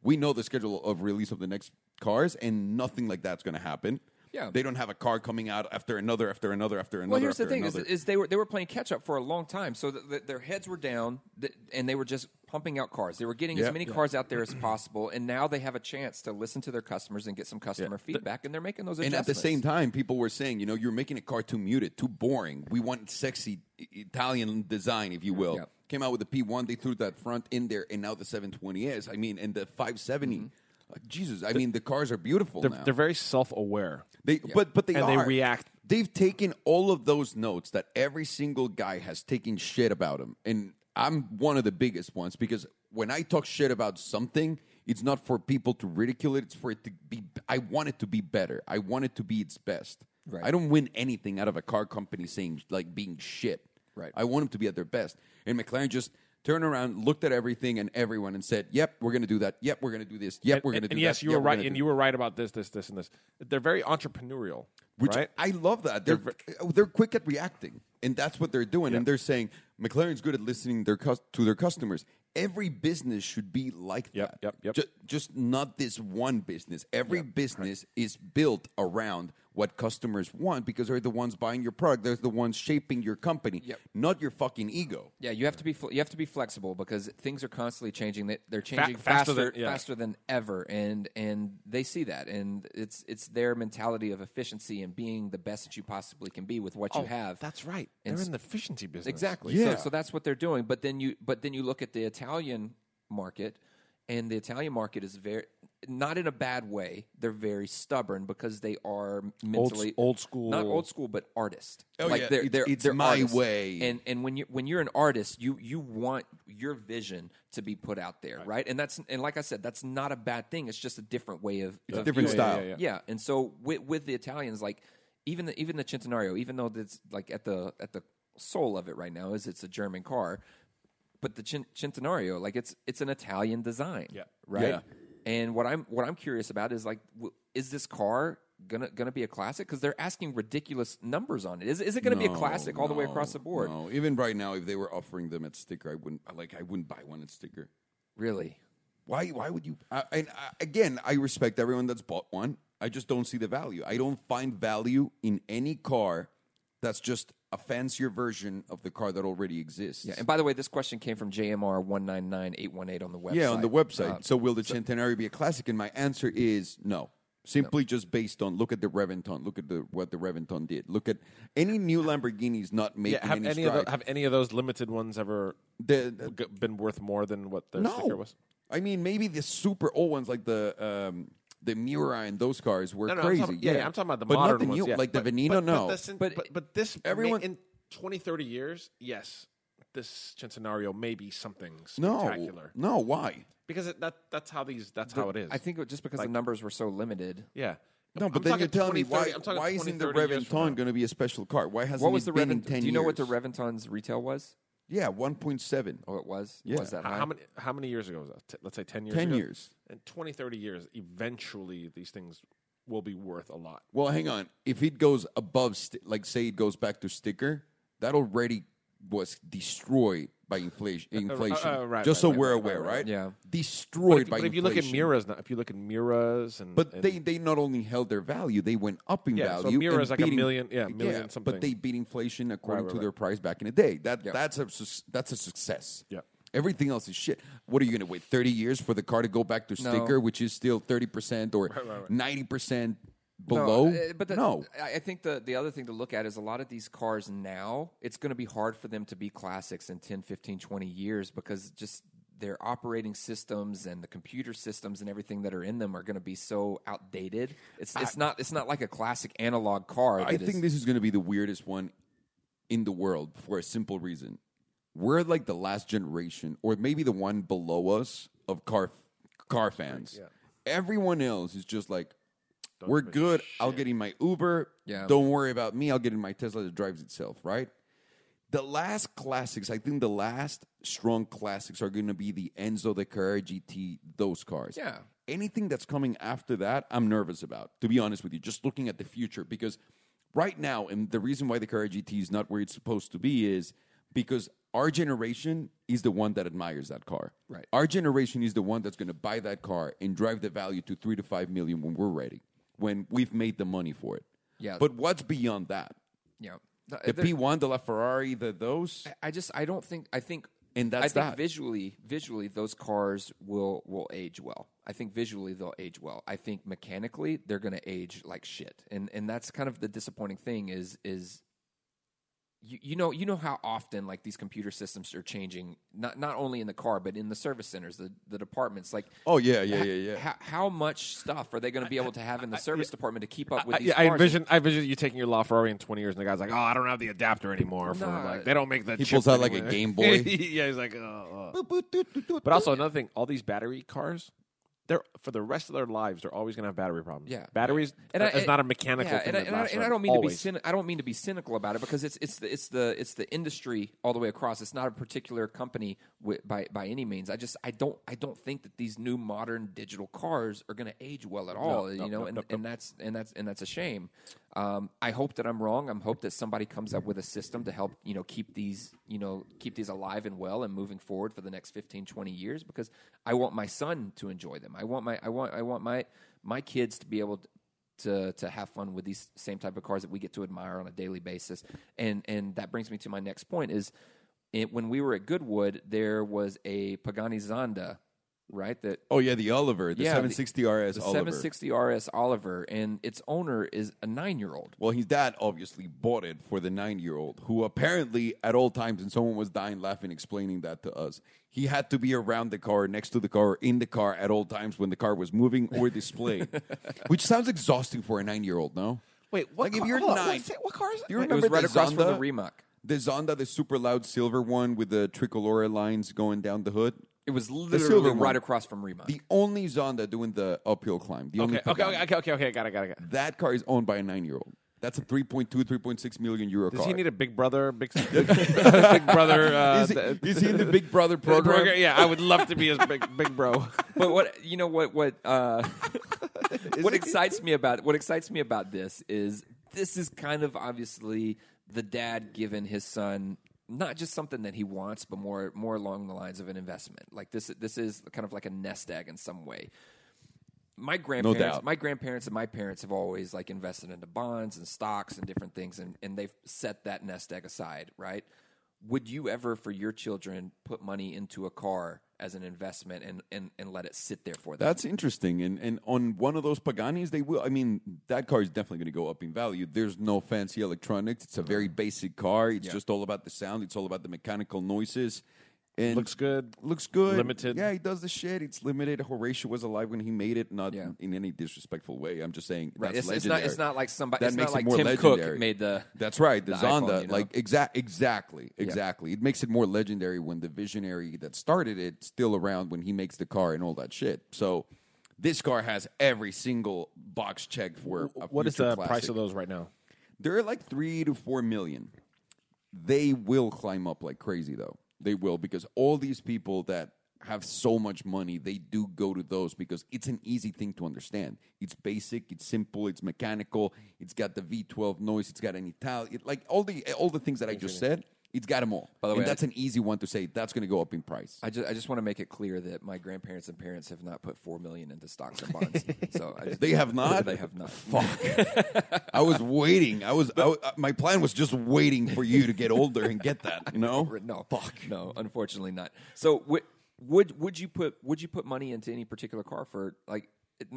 Speaker 3: we know the schedule of release of the next cars and nothing like that's going to happen.
Speaker 5: Yeah.
Speaker 3: They don't have a car coming out after another, after another, after another.
Speaker 5: Well, here's the
Speaker 3: after
Speaker 5: thing: is,
Speaker 3: another.
Speaker 5: is they were they were playing catch up for a long time, so th th- their heads were down, th- and they were just pumping out cars. They were getting
Speaker 3: Yeah.
Speaker 5: as many cars out there as possible, and now they have a chance to listen to their customers and get some customer feedback, and they're making those
Speaker 3: and
Speaker 5: adjustments.
Speaker 3: at the same time, people were saying, you know, you're making a car too muted, too boring. We want sexy I- Italian design, if you will.
Speaker 5: Yeah.
Speaker 3: Came out with the P1, they threw that front in there, and now the 720S. I mean, and the 570. Uh, Jesus, I mean, the cars are beautiful
Speaker 4: They're,
Speaker 3: now.
Speaker 4: they're very self-aware.
Speaker 3: They, but but they
Speaker 4: And they
Speaker 3: are.
Speaker 4: react.
Speaker 3: They've taken all of those notes that every single guy has taken shit about him, and I'm one of the biggest ones because when I talk shit about something, it's not for people to ridicule it. It's for it to be. I want it to be better. I want it to be its best.
Speaker 5: Right.
Speaker 3: I don't win anything out of a car company saying like being shit.
Speaker 5: Right.
Speaker 3: I want them to be at their best. And McLaren just turned around, looked at everything and everyone, and said, "Yep, we're going to do that. Yep, we're going to do this. Yep, we're going
Speaker 4: and,
Speaker 3: to do
Speaker 4: and
Speaker 3: that.
Speaker 4: yes, you
Speaker 3: Yep,
Speaker 4: were
Speaker 3: we're
Speaker 4: right,
Speaker 3: gonna
Speaker 4: and
Speaker 3: do
Speaker 4: you were right about this, this, this, and this. They're very entrepreneurial.
Speaker 3: Which
Speaker 4: Right?
Speaker 3: I love that. They're oh, they're quick at reacting, and that's what they're doing. And they're saying McLaren's good at listening their cus- to their customers. Every business should be like
Speaker 4: Yep,
Speaker 3: that.
Speaker 4: yep, yep.
Speaker 3: Ju- Just, not this one business. Every business is built around what customers want because they're the ones buying your product. They're the ones shaping your company,
Speaker 5: Yep.
Speaker 3: not your fucking ego.
Speaker 5: Yeah, you have to be fl- you have to be flexible because things are constantly changing. They- They're changing
Speaker 4: faster
Speaker 5: faster
Speaker 4: than-
Speaker 5: faster,
Speaker 4: yeah.
Speaker 5: than ever, and and they see that, and it's it's their mentality of efficiency and being the best that you possibly can be with what you have.
Speaker 4: That's right.
Speaker 5: And
Speaker 4: They're
Speaker 5: s-
Speaker 4: in the efficiency business.
Speaker 5: Exactly.
Speaker 3: Yeah.
Speaker 5: So, so that's what they're doing. But then you but then you look at the Italian market, and the Italian market is very not in a bad way. They're very stubborn because they are mentally
Speaker 4: old school-
Speaker 5: not old school, but artist.
Speaker 3: Oh,
Speaker 5: like
Speaker 3: yeah.
Speaker 5: they're,
Speaker 3: It's-
Speaker 5: they're,
Speaker 3: it's
Speaker 5: they're
Speaker 3: my
Speaker 5: artists.
Speaker 3: way.
Speaker 5: And and when you when you're an artist, you you want your vision to be put out there, right? And that's and like I said, that's not a bad thing. It's just a different way of, of
Speaker 3: Different
Speaker 5: viewing it.
Speaker 3: style.
Speaker 5: Yeah. and so with with the Italians, like even the even the Centenario, even though that's like at the at the soul of it right now is it's a German car, but the Cin- Centenario, like it's it's an Italian design,
Speaker 4: Yeah.
Speaker 5: right.
Speaker 3: Yeah.
Speaker 5: And what I'm what I'm curious about is like, w- is this car gonna gonna be a classic? Because they're asking ridiculous numbers on it. Is is it gonna be a
Speaker 3: No,
Speaker 5: classic all the way
Speaker 3: no,
Speaker 5: across the board?
Speaker 3: No. Even right now, if they were offering them at sticker, I wouldn't like. I wouldn't buy one at sticker.
Speaker 5: Really?
Speaker 3: Why? Why would you? I, and I, again, I respect everyone that's bought one. I just don't see the value. I don't find value in any car that's just a fancier version of the car that already exists.
Speaker 5: And by the way, this question came from JMR one nine nine eight one eight on the website.
Speaker 3: Yeah, on the website. Uh, so will the Centenario be a classic? And my answer is no. Simply just based on look at the Reventon, look at the what the Reventon did, look at any new Lamborghini's not making
Speaker 4: Yeah, have
Speaker 3: any,
Speaker 4: any Uh, of
Speaker 3: stride.
Speaker 4: tho- have any of those limited ones ever
Speaker 3: The- the-
Speaker 4: g- been worth more than what their sticker
Speaker 3: no,
Speaker 4: was?
Speaker 3: I mean maybe the super old ones like the um, the Miura and those cars were
Speaker 4: No, no, I'm
Speaker 3: crazy.
Speaker 4: talking- yeah, I'm talking about the
Speaker 3: but
Speaker 4: modern
Speaker 3: not the
Speaker 4: ones,
Speaker 3: new,
Speaker 4: yeah.
Speaker 3: like the
Speaker 4: But-
Speaker 3: Veneno.
Speaker 4: but,
Speaker 3: no,
Speaker 4: but, this-
Speaker 5: But-
Speaker 4: but, but this
Speaker 3: everyone-
Speaker 4: may- in 20, 30 years, yes, this Centenario may be something
Speaker 3: no,
Speaker 4: spectacular
Speaker 3: no. Why?
Speaker 4: because it, that that's how these that's how it is.
Speaker 5: I think it- just because the numbers were so limited.
Speaker 4: yeah.
Speaker 3: No,
Speaker 4: I'm
Speaker 3: but then
Speaker 4: talking
Speaker 3: you're telling
Speaker 4: 20,
Speaker 3: me why?
Speaker 4: 30 I'm talking
Speaker 3: why
Speaker 4: 20,
Speaker 3: isn't the
Speaker 4: 30 years from now.
Speaker 3: Reventon going to be a special car? Why hasn't
Speaker 5: What was
Speaker 3: it
Speaker 5: the
Speaker 3: been in
Speaker 5: Revent? Do
Speaker 3: ten
Speaker 5: you know what the
Speaker 3: years?
Speaker 5: Reventon's retail was?
Speaker 3: Yeah, one point seven.
Speaker 5: Oh, it was.
Speaker 3: Yeah.
Speaker 5: Was that
Speaker 4: How,
Speaker 5: high?
Speaker 4: how many how many years ago was that? T- let's say ten years.
Speaker 3: 10
Speaker 4: ago?
Speaker 3: years.
Speaker 4: In 20, 30 years, eventually these things will be worth a lot.
Speaker 3: Well, hang on. If it goes above, st- like say it goes back to sticker, that already was destroyed by inflation. Inflation.
Speaker 4: uh, right,
Speaker 3: Just
Speaker 4: right,
Speaker 3: so
Speaker 4: right,
Speaker 3: we're
Speaker 4: right,
Speaker 3: aware,
Speaker 4: right,
Speaker 3: right,
Speaker 4: right.
Speaker 5: Yeah.
Speaker 3: Destroyed
Speaker 4: But,
Speaker 3: by
Speaker 4: but if you look
Speaker 3: inflation.
Speaker 4: at Miras now, if you look at Miras and
Speaker 3: But
Speaker 4: Mm, and-
Speaker 3: they, they not only held their value, they went up in
Speaker 4: Yeah, so
Speaker 3: value.
Speaker 4: Mira
Speaker 3: and
Speaker 4: is like a
Speaker 3: beat in-
Speaker 4: million- yeah, million something.
Speaker 3: But they beat inflation according
Speaker 4: right,
Speaker 3: to
Speaker 4: right.
Speaker 3: their price back in the day. That that's a su- that's a success.
Speaker 4: Yeah.
Speaker 3: Everything else is shit. What are you going to wait thirty years for the car to go back to
Speaker 5: No.
Speaker 3: sticker, which is still thirty percent or ninety percent below?
Speaker 5: No, uh, but the,
Speaker 3: no.
Speaker 5: I I think the the other thing to look at is a lot of these cars now. It's going to be hard for them to be classics in 10, 15, 20 years because just their operating systems and the computer systems and everything that are in them are going to be so outdated. It's it's not it's not like a classic analog car.
Speaker 3: I
Speaker 5: that
Speaker 3: think
Speaker 5: is-
Speaker 3: this is going to be the weirdest one in the world for a simple reason. We're like the last generation, or maybe the one below us, of car car fans. Everyone else is just like, we're good. I'll get in my Uber.
Speaker 5: Yeah.
Speaker 3: Don't worry about me. I'll get in my Tesla that drives itself. Right. The last classics, I think the last strong classics are going to be the Enzo, the Carrera GT, those cars
Speaker 5: Yeah.
Speaker 3: anything that's coming after that, I'm nervous about, to be honest with you, just looking at the future. Because right now, and the reason why the Carrera GT is not where it's supposed to be is because our generation is the one that admires that car.
Speaker 5: Right.
Speaker 3: Our generation is the one that's going to buy that car and drive the value to three to five million when we're ready, when we've made the money for it.
Speaker 5: Yeah.
Speaker 3: But what's beyond that?
Speaker 5: yeah. The-
Speaker 3: The
Speaker 5: the-
Speaker 3: P1, the LaFerrari, the those.
Speaker 5: I just I don't think I think
Speaker 3: And that's
Speaker 5: I think
Speaker 3: that.
Speaker 5: visually visually those cars will will age well. I think visually they'll age well. I think mechanically they're going to age like shit. And and that's kind of the disappointing thing is is you, you know you know how often like these computer systems are changing not not only in the car but in the service centers the the departments like
Speaker 3: Oh yeah, yeah,
Speaker 5: ha-
Speaker 3: yeah, yeah.
Speaker 5: How, how much stuff are they going to be able to have in the service department to keep up with
Speaker 4: I,
Speaker 5: these
Speaker 4: yeah, I
Speaker 5: cars?
Speaker 4: envision I envision you taking your LaFerrari in 20 years, and the guy's like, "Oh, I don't have the adapter anymore." For
Speaker 5: Nah.
Speaker 4: like, they don't make that.
Speaker 3: He
Speaker 4: chip
Speaker 3: pulls out like a
Speaker 4: anymore."
Speaker 3: Game Boy.
Speaker 4: yeah, he's like, "Oh." oh." But also another thing, all these battery cars, they're for the rest of their lives, they're always going to have battery problems.
Speaker 5: Yeah.
Speaker 4: batteries.
Speaker 5: and
Speaker 4: it's
Speaker 5: I,
Speaker 4: Uh, not a mechanical
Speaker 5: yeah,
Speaker 4: thing.
Speaker 5: And, I,
Speaker 4: that
Speaker 5: and, I,
Speaker 4: lasts
Speaker 5: and I
Speaker 4: forever.
Speaker 5: don't mean
Speaker 4: Always.
Speaker 5: to be cyni- I don't mean to be cynical about it because it's it's the it's the it's the industry all the way across. It's not a particular company wi- by by any means. I just I don't I don't think that these new modern digital cars are going to age well at all. you know, and, and that's and that's and that's a shame. Um, I hope that I'm wrong. I'm hope that somebody comes up with a system to help, you know, keep these, you know, keep these alive and well and moving forward for the next 15, 20 years because I want my son to enjoy them. I want my I want I want my my kids to be able to to to have fun with these same type of cars that we get to admire on a daily basis. And and that brings me to my next point is it, when we were at Goodwood, there was a Pagani Zonda, right? That
Speaker 3: Oh yeah, the Oliver, the
Speaker 5: Yeah, the-
Speaker 3: 760 RS
Speaker 5: the
Speaker 3: Oliver.
Speaker 5: 760 RS Oliver, and its owner is a nine year old.
Speaker 3: Well, his dad obviously bought it for the nine-year-old, who apparently at all times, and someone was dying laughing explaining that to us. He had to be around the car, next to the car, in the car at all times when the car was moving or displayed, which sounds exhausting for a nine-year-old. No,
Speaker 4: Wait, what?
Speaker 3: Like, if
Speaker 4: car,
Speaker 3: you're
Speaker 4: hold on,
Speaker 3: nine-
Speaker 4: what's it- what car is it?
Speaker 3: Do you
Speaker 5: It
Speaker 3: remember
Speaker 5: was right
Speaker 3: the
Speaker 5: across from the
Speaker 3: Zonda?
Speaker 5: Rimac.
Speaker 3: the Zonda, the super loud silver one with the tricolore lines going down the hood.
Speaker 5: It was
Speaker 3: silver
Speaker 5: literally
Speaker 3: one.
Speaker 5: right across from Rimac.
Speaker 3: The only Zonda doing the uphill climb. The only
Speaker 4: Okay, okay,
Speaker 3: Pagani.
Speaker 4: okay, okay, okay, okay, got it, got it, got it.
Speaker 3: That car is owned by a nine-year-old. That's a 3.2, 3.6 million euro
Speaker 4: Does
Speaker 3: car.
Speaker 4: he need a big brother? Big, big brother? Uh,
Speaker 3: is, he,
Speaker 4: th-
Speaker 3: is he in the Big Brother program?
Speaker 4: program? Yeah, I would love to be his big big bro.
Speaker 5: but what you know what what uh, what excites me about what excites me about this is this is kind of obviously the dad giving his son not just something that he wants but more more along the lines of an investment like this this is kind of like a nest egg in some way my grandparents
Speaker 3: doubt.
Speaker 5: my grandparents and my parents have always like invested into bonds and stocks and different things and, and they've set that nest egg aside right would you ever for your children put money into a car as an investment and and, and let it sit there for them
Speaker 3: That's interesting. And and on one of those Paganis, they will. I mean, that car is definitely going to go up in value. There's no fancy electronics. It's a very basic car. It's just all about the sound. It's all about the mechanical noises. And
Speaker 4: Looks good.
Speaker 3: Looks good.
Speaker 4: Limited.
Speaker 3: Yeah, he does the shit. It's limited. Horatio was alive when he made it. Not
Speaker 5: Yeah.
Speaker 3: in any disrespectful way. I'm just saying.
Speaker 5: Right.
Speaker 3: That's
Speaker 5: It's, it's not.
Speaker 3: legendary.
Speaker 5: It's not like somebody.
Speaker 3: That
Speaker 5: it's
Speaker 3: makes
Speaker 5: not
Speaker 3: it
Speaker 5: like
Speaker 3: more
Speaker 5: Tim
Speaker 3: legendary.
Speaker 5: Cook made the.
Speaker 3: That's right. The,
Speaker 5: the
Speaker 3: Zonda,
Speaker 5: iPhone, you know?
Speaker 3: like exact, exactly, exactly. It makes it more legendary when the visionary that started it still around when he makes the car and all that shit. So this car has every single box checked for. A
Speaker 4: What is
Speaker 3: future
Speaker 4: the price
Speaker 3: classic.
Speaker 4: of those right now?
Speaker 3: They're like three to four million. They will climb up like crazy, though. They will because all these people that have so much money, they do go to those because it's an easy thing to understand. It's basic, it's simple, it's mechanical. It's got the V12 noise. It's got an Italian, it, like all the all the things that I just said. It's got them all,
Speaker 5: By the way,
Speaker 3: and that's an easy one to say. That's going to go up in price.
Speaker 5: I just. I just want to make it clear that my grandparents and parents have not put four million into stocks and bonds. so I just,
Speaker 3: They have not?
Speaker 5: They have not.
Speaker 3: I was waiting. I was. I w- my plan was just waiting for you to get older and get that. You know.
Speaker 5: No. Fuck. No. Unfortunately, not. So would would would you put would you put money into any particular car for like? It,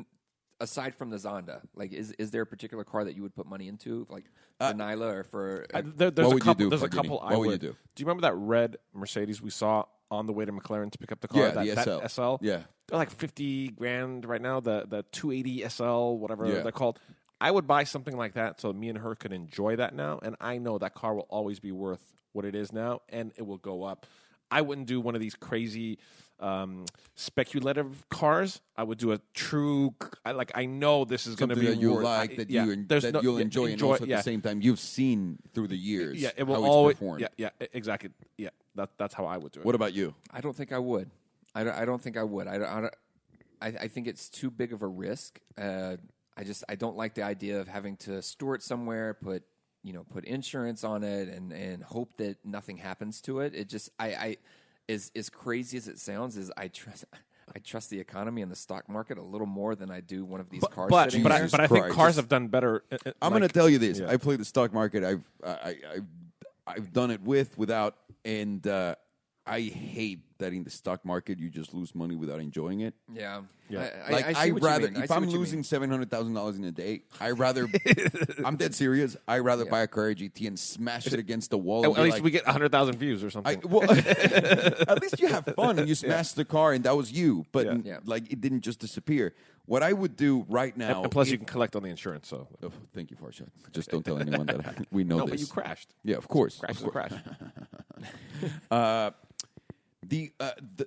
Speaker 5: Aside from the Zonda, like is is there a particular car that you would put money into, like for Nyla or for?
Speaker 4: I, there, there's
Speaker 3: What
Speaker 4: a
Speaker 3: would you
Speaker 4: couple.
Speaker 3: do,
Speaker 4: there's a
Speaker 3: Pagini?
Speaker 4: couple. I
Speaker 3: What would you
Speaker 4: would.
Speaker 3: do?
Speaker 4: Do you remember that red Mercedes we saw on the way to McLaren to pick up the car?
Speaker 3: Yeah,
Speaker 4: that,
Speaker 3: the
Speaker 4: that SL.
Speaker 3: SL. Yeah.
Speaker 4: they're like fifty grand right now. The the two eighty SL, whatever
Speaker 3: Yeah.
Speaker 4: they're called. I would buy something like that so me and her could enjoy that now, and I know that car will always be worth what it is now, and it will go up. I wouldn't do one of these crazy um, speculative cars. I would do a true, I, like I know this is going to
Speaker 3: something
Speaker 4: be
Speaker 3: that you
Speaker 4: worth-
Speaker 3: like
Speaker 4: I-
Speaker 3: that
Speaker 4: yeah,
Speaker 3: you en-
Speaker 4: there's
Speaker 3: that
Speaker 4: no-
Speaker 3: you'll
Speaker 4: yeah,
Speaker 3: enjoy, and also at
Speaker 4: yeah.
Speaker 3: the same time you've seen through the years
Speaker 4: Yeah, it will
Speaker 3: how it's
Speaker 4: always.
Speaker 3: performed.
Speaker 4: Yeah, yeah, e- exactly. Yeah, that, that's how I would do it.
Speaker 3: What about you?
Speaker 5: I don't think I would. I don't, I don't think I would. I, don't- I, don't- I, I think it's too big of a risk. Uh, I just I don't like the idea of having to store it somewhere, put you know put insurance on it, and and hope that nothing happens to it. It just I, I as as crazy as it sounds, is I trust. I trust the economy and the stock market a little more than I do one of these cars.
Speaker 4: but
Speaker 5: sitting
Speaker 4: but, I,
Speaker 5: there.
Speaker 4: but I think
Speaker 3: Christ.
Speaker 4: cars have done better. uh, uh,
Speaker 3: I'm
Speaker 4: like-
Speaker 3: going to tell you this.
Speaker 4: yeah.
Speaker 3: I play the stock market. I've I, I, I've I've done it with, without, and uh, I hate that in the stock market you just lose money without enjoying it.
Speaker 5: yeah, I,
Speaker 3: like
Speaker 5: I, I see what you
Speaker 3: rather
Speaker 5: mean. I
Speaker 3: if
Speaker 5: see
Speaker 3: I'm
Speaker 5: what you mean.
Speaker 3: losing seven hundred thousand dollars in a day, I rather I'm dead serious. I rather buy a car GT and smash it against the wall.
Speaker 4: At
Speaker 3: and
Speaker 4: at
Speaker 3: be
Speaker 4: least
Speaker 3: like,
Speaker 4: we get hundred thousand views or
Speaker 3: I,
Speaker 4: something.
Speaker 3: well, at least you have fun and you smashed the car and that was you. But
Speaker 4: Yeah.
Speaker 3: n-
Speaker 5: Yeah.
Speaker 3: like it didn't just disappear. What I would do right now.
Speaker 4: and plus,
Speaker 3: if-
Speaker 4: you can collect on the insurance. So
Speaker 3: Oh, thank you, Farshad. Just don't tell anyone that we know
Speaker 4: no,
Speaker 3: this.
Speaker 4: but you crashed.
Speaker 3: Yeah, of course.
Speaker 4: Crash
Speaker 3: Of
Speaker 4: is a
Speaker 3: course.
Speaker 4: crash.
Speaker 3: The, uh, the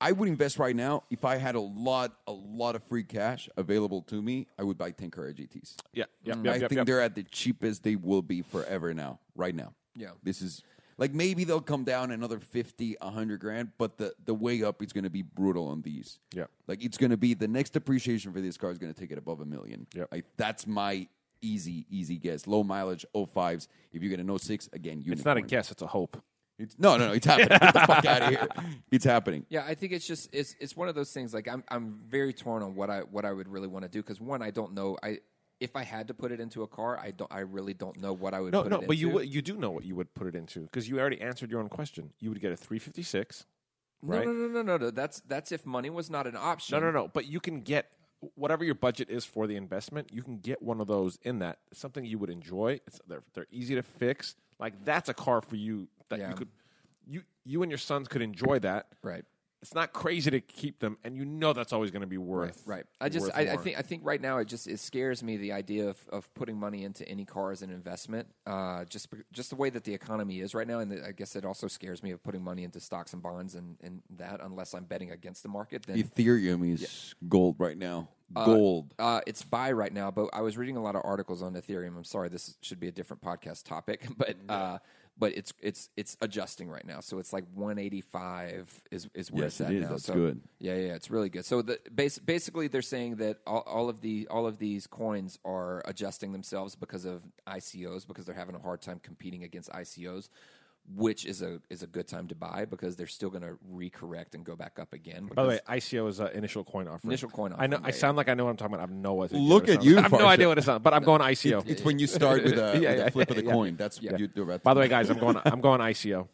Speaker 3: I would invest right now if I had a lot, a lot of free cash available to me. I would buy E ten car GTS.
Speaker 4: Yeah, yeah,
Speaker 3: Mm, I
Speaker 4: yeah,
Speaker 3: think they're at the cheapest they will be forever now. Right now.
Speaker 5: Yeah.
Speaker 3: This is like maybe they'll come down another 50, 100 grand, but the the way up is going to be brutal on these.
Speaker 4: Yeah.
Speaker 3: Like it's going to be the next appreciation for this car is going to take it above a million.
Speaker 4: Yep.
Speaker 3: Like that's my easy, easy guess. Low mileage, 05s. If you get an 06, again, unicorn.
Speaker 4: It's not a guess; it's a hope.
Speaker 3: It's- no, no, no. It's happening. get the fuck out of here. It's happening.
Speaker 5: Yeah, I think it's just it's it's one of those things. Like I'm I'm very torn on what I what I would really want to do because one I don't know I if I had to put it into a car I don't I really don't know what I would
Speaker 4: No,
Speaker 5: put
Speaker 4: no,
Speaker 5: it
Speaker 4: but you
Speaker 5: into.
Speaker 4: would- you do know what you would put it into because you already answered your own question. You would get a three fifty six.
Speaker 5: no,
Speaker 4: right?
Speaker 5: no no no no no that's that's if money was not an option
Speaker 4: No, no, no. But you can get whatever your budget is for the investment. You can get one of those in that It's something you would enjoy. It's, they're they're easy to fix. Like that's a car for you that
Speaker 5: Yeah.
Speaker 4: you could you you and your sons could enjoy that.
Speaker 5: right
Speaker 4: It's not crazy to keep them, and you know that's always going to be worth
Speaker 5: right I just
Speaker 4: worth
Speaker 5: I, I
Speaker 4: more.
Speaker 5: think I think right now it just it scares me the idea of, of putting money into any car as an investment uh just be- just the way that the economy is right now and I guess it also scares me of putting money into stocks and bonds and and that unless I'm betting against the market then
Speaker 3: Ethereum is gold right now. Gold.
Speaker 5: Uh, it's buy right now, but I was reading a lot of articles on Ethereum. I'm sorry, this should be a different podcast topic, but uh, but it's it's it's adjusting right now. So it's like 185 is is where
Speaker 3: Yes,
Speaker 5: it's
Speaker 3: it
Speaker 5: at
Speaker 3: is.
Speaker 5: now.
Speaker 3: That's
Speaker 5: so,
Speaker 3: good.
Speaker 5: Yeah, yeah, it's really good. So the bas- basically they're saying that all, all of the all of these coins are adjusting themselves because of ICOs because they're having a hard time competing against ICOs. Which is a is a good time to buy because they're still going to recorrect and go back up again.
Speaker 4: By the way, ICO is uh, initial coin offering.
Speaker 5: Initial coin
Speaker 4: I know.
Speaker 5: offering,
Speaker 4: I
Speaker 5: yeah,
Speaker 4: sound like I know what I'm talking about. I have no idea.
Speaker 3: Look
Speaker 4: what it
Speaker 3: at
Speaker 4: sounds
Speaker 3: you,
Speaker 4: like. I have no
Speaker 3: Farsha.
Speaker 4: idea what it sounds, but I'm going ICO.
Speaker 3: It's when you start with a,
Speaker 4: Yeah,
Speaker 3: with a
Speaker 4: yeah,
Speaker 3: flip of the
Speaker 4: yeah.
Speaker 3: coin. That's what you do. About
Speaker 4: By the way, guys, I'm going. I'm going ICO.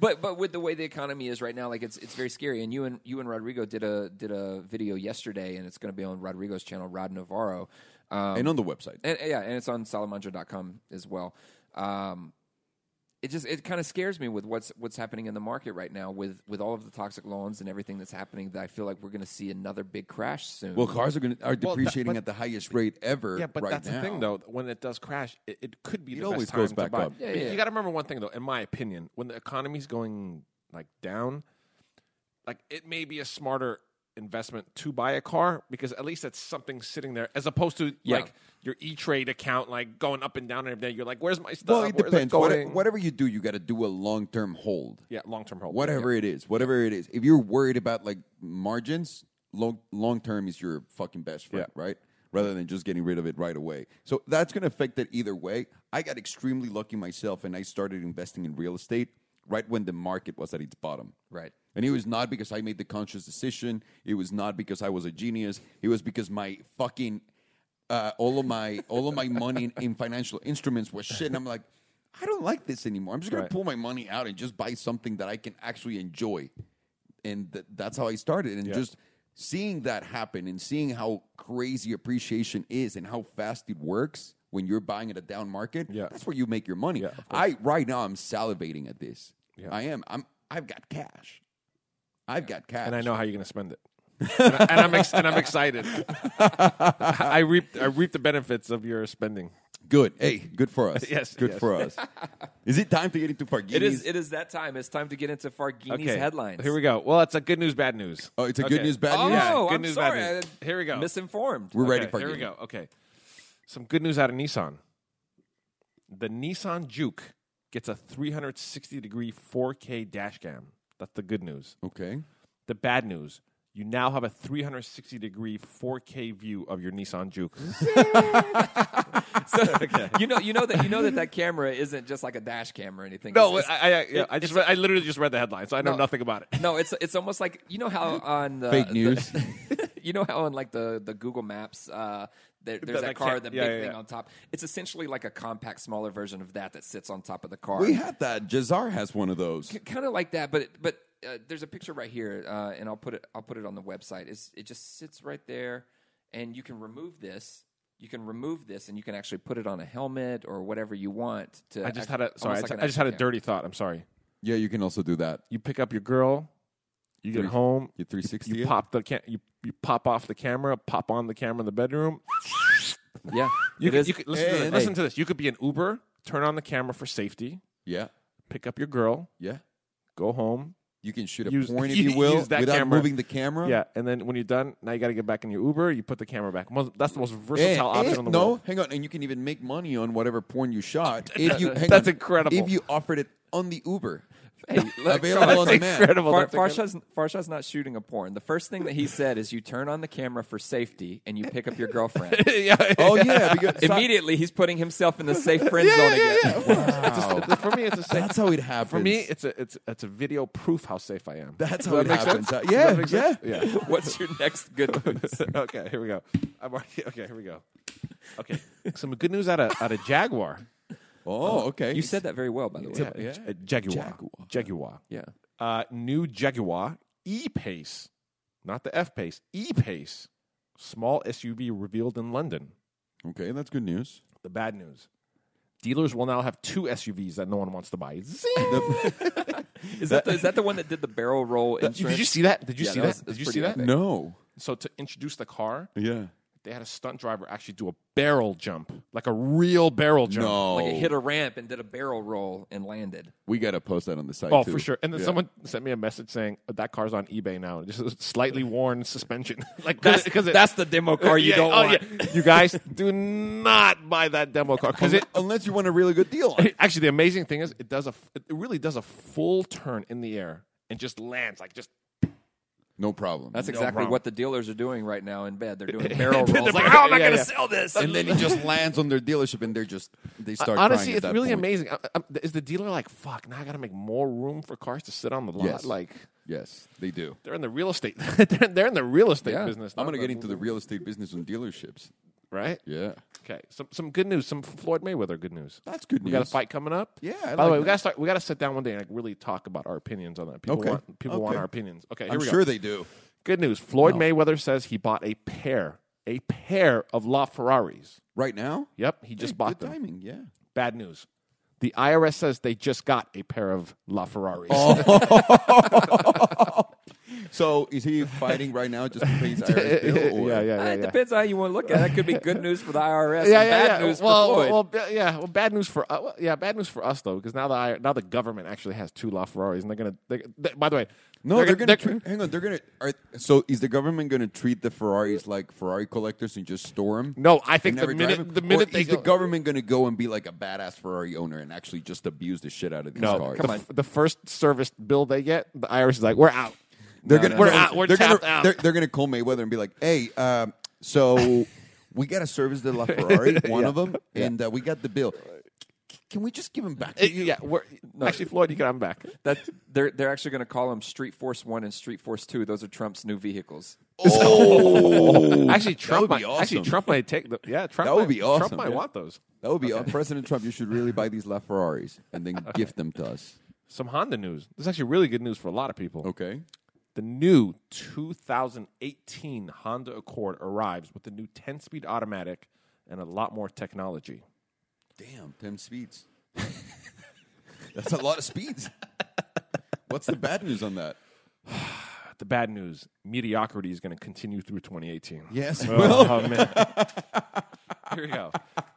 Speaker 5: but but with the way the economy is right now, like it's it's very scary. And you and you and Rodrigo did a did a video yesterday, and it's going to be on Rodrigo's channel, Rod Navarro. Um,
Speaker 3: and on the website.
Speaker 5: and yeah, and it's on salamandra.com as well. Um, it just it kind of scares me with what's what's happening in the market right now with with all of the toxic loans and everything that's happening. That I feel like we're going to see another big crash soon.
Speaker 3: Well, cars are going are
Speaker 4: that-
Speaker 3: depreciating
Speaker 4: but-
Speaker 3: at the highest rate ever.
Speaker 4: Yeah, but
Speaker 3: right
Speaker 4: that's
Speaker 3: now.
Speaker 4: the thing, though. When it does crash, it, it could be
Speaker 3: It
Speaker 4: the
Speaker 3: always
Speaker 4: best time
Speaker 3: goes
Speaker 4: to
Speaker 3: back
Speaker 4: buy.
Speaker 3: up.
Speaker 5: Yeah,
Speaker 4: But
Speaker 5: yeah.
Speaker 4: You got to remember one thing, though. In my opinion, when the economy's going like down, like it may be a smarter investment to buy a car because at least that's something sitting there as opposed to
Speaker 5: Yeah.
Speaker 4: like your E Trade account like going up and down every day. You're like, where's my stuff?
Speaker 3: Well, it
Speaker 4: Where's
Speaker 3: depends. What-
Speaker 4: going?
Speaker 3: Whatever, you do, you got to do a long term hold.
Speaker 4: Yeah, long term hold.
Speaker 3: Whatever it is, whatever it is. If you're worried about like margins, long long term is your fucking best friend,
Speaker 4: Yeah.
Speaker 3: right? Rather than just getting rid of it right away. So that's going to affect it either way. I got extremely lucky myself, and I started investing in real estate right when the market was at its bottom.
Speaker 5: Right.
Speaker 3: And it was not because I made the conscious decision. It was not because I was a genius. It was because my fucking uh, all of my all of my money in, in financial instruments was shit. And I'm like, I don't like this anymore. I'm just gonna
Speaker 4: Right.
Speaker 3: pull my money out and just buy something that I can actually enjoy. And th- that's how I started. And just seeing that happen and seeing how crazy appreciation is and how fast it works when you're buying at a down market.
Speaker 4: Yeah.
Speaker 3: That's where you make your money.
Speaker 4: Yeah, of course.
Speaker 3: I right now I'm salivating at this. I am. I'm. I've got cash. I've got cash.
Speaker 4: and I know how you're going to spend it. and, I, am ex- and I'm excited. I reap I reap the benefits of your spending.
Speaker 3: Good. Hey, good for us.
Speaker 4: Yes,
Speaker 3: Good
Speaker 4: yes.
Speaker 3: for us. Is it time to get into Farghini's?
Speaker 5: it is it is that time. It's time to get into Farghini's headlines.
Speaker 4: Here we go. Well, it's a good news, bad news.
Speaker 3: Oh, it's a
Speaker 4: Okay.
Speaker 3: good news, bad
Speaker 5: Oh,
Speaker 3: news.
Speaker 4: Yeah, good
Speaker 5: I'm
Speaker 4: news, bad
Speaker 5: sorry.
Speaker 4: news.
Speaker 5: I-
Speaker 4: Here we go.
Speaker 5: Misinformed.
Speaker 3: We're ready
Speaker 4: Okay,
Speaker 3: for
Speaker 4: Here we
Speaker 3: Farghini.
Speaker 4: go. Okay. Some good news out of Nissan. The Nissan Juke gets a 360 degree 4K dash cam. That's the good news.
Speaker 3: Okay.
Speaker 4: The bad news. You now have a 360 degree 4K view of your Nissan Juke.
Speaker 5: So, You know, you know that you know that that camera isn't just like a dash camera or anything.
Speaker 4: No, I,
Speaker 5: It's-
Speaker 4: I, I, yeah, I just read, I literally just read the headline, so I know
Speaker 5: No.
Speaker 4: nothing about it.
Speaker 5: No, it's it's almost like you know how on the,
Speaker 3: Fake
Speaker 5: the-
Speaker 3: news.
Speaker 5: you know how on like the the Google Maps, uh, there, there's that,
Speaker 4: that
Speaker 5: car,
Speaker 4: can't-
Speaker 5: the
Speaker 4: yeah,
Speaker 5: big
Speaker 4: yeah,
Speaker 5: thing
Speaker 4: yeah.
Speaker 5: on top. It's essentially like a compact, smaller version of that that sits on top of the car.
Speaker 3: We had that. Jazar has one of those.
Speaker 5: kind of like that, but it- but uh, there's a picture right here, uh, and I'll put it I'll put it on the website. It's, it just sits right there, and you can remove this. You can remove this, and you can actually put it on a helmet or whatever you want. To
Speaker 4: I just had
Speaker 5: act-
Speaker 4: a sorry. I
Speaker 5: almost
Speaker 4: just,
Speaker 5: like an
Speaker 4: I just had a
Speaker 5: action cam.
Speaker 4: dirty thought. I'm sorry.
Speaker 3: Yeah, you can also do that.
Speaker 4: You pick up your girl, you get
Speaker 3: Three-
Speaker 4: home,
Speaker 3: You 360.
Speaker 4: you
Speaker 3: it?
Speaker 4: pop the ca- you you pop off the camera, pop on the camera in the bedroom.
Speaker 5: Yeah,
Speaker 4: You
Speaker 5: it
Speaker 4: could,
Speaker 5: is.
Speaker 4: you could listen, to
Speaker 3: Hey,
Speaker 4: this,
Speaker 3: hey.
Speaker 4: listen to this. You could be an Uber, turn on the camera for safety,
Speaker 3: Yeah.
Speaker 4: pick up your girl,
Speaker 3: Yeah.
Speaker 4: go home.
Speaker 3: You can shoot a
Speaker 4: Use-
Speaker 3: point if you will
Speaker 4: use that
Speaker 3: without
Speaker 4: camera.
Speaker 3: moving the camera.
Speaker 4: Yeah, and then when you're done, now you got to get back in your Uber. You put the camera back. Most- That's the most
Speaker 3: And,
Speaker 4: versatile option
Speaker 3: and-
Speaker 4: in the
Speaker 3: Eh, no,
Speaker 4: world.
Speaker 3: hang on, and you can even make money on whatever porn you shot if you. Hang
Speaker 4: That's
Speaker 3: on,
Speaker 4: incredible.
Speaker 3: If you offered it on the Uber,
Speaker 5: Hey, look,
Speaker 3: Available on
Speaker 5: Sean,
Speaker 3: demand.
Speaker 4: incredible.
Speaker 5: Far,
Speaker 4: that thing-
Speaker 5: Farshad's, Farshad's not shooting a porn. The first thing that he said is, "You turn on the camera for safety, and you pick up your girlfriend."
Speaker 4: yeah,
Speaker 3: Oh yeah, because
Speaker 5: Immediately, he's putting himself in the safe friend zone again.
Speaker 4: It's- for me, it's a safe.
Speaker 3: that's how it happens.
Speaker 4: for me, it's a it's it's a video proof how safe I am.
Speaker 3: that's how it happens. Uh,
Speaker 4: Does that
Speaker 3: Yeah,
Speaker 4: make
Speaker 3: yeah.
Speaker 4: sense? yeah.
Speaker 5: What's your next good news?
Speaker 4: okay, here we go. I'm already, okay, here we go. Okay, some good news out of out of Jaguar.
Speaker 3: Oh, okay.
Speaker 5: You said that very well, by the way.
Speaker 4: Yeah, uh, Jaguar. Jaguar.
Speaker 5: Yeah.
Speaker 4: Uh, new Jaguar E Pace, not the F Pace. E Pace, small SUV revealed in London.
Speaker 3: okay. That's good news.
Speaker 4: The bad news. Dealers will now have two SUVs that no one wants to buy. Zing!
Speaker 5: Is that, the, is that the one that did the barrel roll insurance?
Speaker 4: Did you see that? Did you
Speaker 5: Yeah,
Speaker 4: see
Speaker 5: that
Speaker 4: that?
Speaker 5: was-
Speaker 4: Did
Speaker 5: it's
Speaker 4: you
Speaker 5: pretty
Speaker 4: see that?
Speaker 5: epic.
Speaker 3: No.
Speaker 4: So to introduce the car,
Speaker 3: Yeah.
Speaker 4: they had a stunt driver actually do a barrel jump, like a real barrel jump.
Speaker 3: No.
Speaker 5: Like it hit a ramp and did a barrel roll and landed.
Speaker 3: we gotta post that on the site.
Speaker 4: Oh,
Speaker 3: too.
Speaker 4: for sure. And then
Speaker 3: Yeah.
Speaker 4: someone sent me a message saying that car's on eBay now. Just a slightly worn suspension, like that's because
Speaker 5: that's the demo car you don't want.
Speaker 4: oh, You guys do not buy that demo car because it.
Speaker 3: Unless you want a really good deal. on it.
Speaker 4: Actually, the amazing thing is it does a. f- It really does a full turn in the air and just lands like just.
Speaker 3: No problem.
Speaker 5: That's exactly
Speaker 4: problem.
Speaker 5: what the dealers are doing right now in bed. They're doing barrel rolls. like,
Speaker 4: barrel-
Speaker 5: how am I
Speaker 4: yeah,
Speaker 5: going to
Speaker 4: yeah.
Speaker 5: sell this?
Speaker 3: and then it just lands on their dealership, and they're just they start.
Speaker 4: Honestly,
Speaker 3: crying at
Speaker 4: it's
Speaker 3: that
Speaker 4: really
Speaker 3: point.
Speaker 4: amazing. I, I, is the dealer like fuck? Now I got to make more room for cars to sit on the lot.
Speaker 3: Yes.
Speaker 4: Like
Speaker 3: Yes, they do.
Speaker 4: they're in the real estate. they're, they're in the real estate
Speaker 5: Yeah.
Speaker 4: business.
Speaker 3: I'm
Speaker 4: not
Speaker 3: gonna get into the real estate business on dealerships.
Speaker 4: right.
Speaker 3: Yeah,
Speaker 4: Okay, some some good news. Some Floyd Mayweather good news.
Speaker 3: that's good
Speaker 4: We
Speaker 3: news.
Speaker 4: got a fight coming up.
Speaker 3: Yeah, I
Speaker 4: By the
Speaker 3: like
Speaker 4: way, we
Speaker 3: that.
Speaker 4: gotta start. We gotta sit down one day and like really talk about our opinions on that. People
Speaker 3: Okay.
Speaker 4: want people want
Speaker 3: Okay.
Speaker 4: our opinions. Okay, here
Speaker 3: I'm
Speaker 4: we
Speaker 3: sure
Speaker 4: go.
Speaker 3: they do.
Speaker 4: Good news. Floyd Mayweather says he bought a pair, a pair of LaFerraris.
Speaker 3: Right now,
Speaker 4: Yep, he just
Speaker 3: Hey,
Speaker 4: bought
Speaker 3: good
Speaker 4: them.
Speaker 3: timing. Yeah.
Speaker 4: Bad news. The IRS says they just got a pair of LaFerraris.
Speaker 3: Oh, So is he fighting right now just to pay his IRS
Speaker 4: yeah,
Speaker 3: bill? Or?
Speaker 4: yeah, yeah,
Speaker 5: Uh, it
Speaker 4: yeah.
Speaker 5: depends how you want to look at it. That could be good news for the IRS
Speaker 4: Yeah,
Speaker 5: and
Speaker 4: yeah,
Speaker 5: bad
Speaker 4: yeah.
Speaker 5: news
Speaker 4: well,
Speaker 5: for Floyd.
Speaker 4: well, well, yeah. Well, bad news for uh, well, yeah, bad news for us though, because now the I- now the government actually has two LaFerraris, and they're gonna. They, they, by the way,
Speaker 3: No, they're, gonna.
Speaker 4: they're-
Speaker 3: treat- hang on, they're gonna. Are, so is the government gonna treat the Ferraris like Ferrari collectors and just store them?
Speaker 4: No, I think the
Speaker 3: never drive
Speaker 4: minute-
Speaker 3: 'em?
Speaker 4: the minute
Speaker 3: or
Speaker 4: they
Speaker 3: is the
Speaker 4: go-
Speaker 3: government gonna go and be like a badass Ferrari owner and actually just abuse the shit out of these cars?
Speaker 4: the, f- the first service bill they get, the IRS is like, "We're out."
Speaker 3: They're gonna,
Speaker 4: we're
Speaker 3: they're
Speaker 4: out.
Speaker 3: gonna-
Speaker 4: We're
Speaker 3: they're
Speaker 4: tapped
Speaker 3: gonna,
Speaker 4: out.
Speaker 3: They're, they're gonna call Mayweather and be like, "Hey, um, so we got to service the LaFerrari, one of them, and uh, we got the bill. C- Can we just give him back
Speaker 4: Uh,
Speaker 3: to you?
Speaker 4: yeah, we're, actually, Floyd, you can have him back.
Speaker 5: that, they're, they're actually going to call them Street Force 1 and Street Force 2. Those are Trump's new vehicles.
Speaker 4: actually, Trump
Speaker 3: would
Speaker 4: might.
Speaker 3: be
Speaker 4: Actually,
Speaker 3: awesome.
Speaker 4: Trump might take. The, yeah, Trump.
Speaker 3: That would
Speaker 4: might-
Speaker 3: be
Speaker 4: Trump
Speaker 3: awesome,
Speaker 4: might
Speaker 3: yeah.
Speaker 4: want those.
Speaker 3: That would be uh, President Trump. You should really buy these LaFerraris and then gift them to us.
Speaker 4: Some Honda news. This is actually really good news for a lot of people.
Speaker 3: Okay.
Speaker 4: The new 2018 Honda Accord arrives with a new 10-speed automatic and a lot more technology.
Speaker 3: Damn, ten speeds. That's a lot of speeds. What's the bad news on that?
Speaker 4: But the bad news: mediocrity is going to continue through 2018.
Speaker 3: Yes.
Speaker 4: Oh, man. Here we go.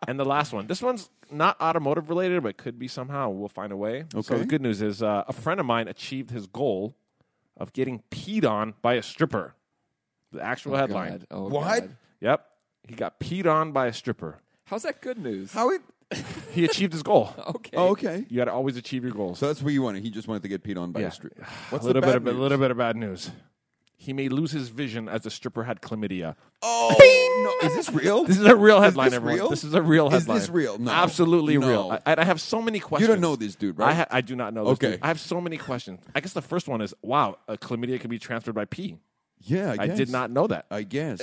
Speaker 4: And the last one. This one's not automotive related, but could be somehow. We'll find a way. So
Speaker 3: Okay.
Speaker 4: the good news is uh, a friend of mine achieved his goal of getting peed on by a stripper. The actual headline.
Speaker 5: God. Oh,
Speaker 3: What?
Speaker 5: God.
Speaker 4: Yep. He got peed on by a stripper.
Speaker 5: How's that good news?
Speaker 3: How it?
Speaker 4: He achieved his goal.
Speaker 5: okay.
Speaker 3: Oh, okay.
Speaker 4: You got to always achieve your goals.
Speaker 3: So that's what you wanted. He just wanted to get peed on by
Speaker 4: Yeah.
Speaker 3: a street. What's
Speaker 4: a little
Speaker 3: the
Speaker 4: bit of
Speaker 3: bad
Speaker 4: a
Speaker 3: news?
Speaker 4: little bit of bad news. He may lose his vision as the stripper had chlamydia.
Speaker 3: Oh no! Is this real?
Speaker 4: This is a real headline,
Speaker 3: this
Speaker 4: everyone.
Speaker 3: real?
Speaker 4: This is a real
Speaker 3: Is this
Speaker 4: headline.
Speaker 3: real? No.
Speaker 4: Absolutely
Speaker 3: No.
Speaker 4: real. I- And I, have so many questions.
Speaker 3: know this dude, right?
Speaker 4: I, ha- I do not know this
Speaker 3: Okay.
Speaker 4: dude. I have so many questions. I guess the first one is, wow, a chlamydia can be transferred by pee.
Speaker 3: Yeah,
Speaker 4: I did
Speaker 3: guess.
Speaker 4: not know that.
Speaker 3: I guess.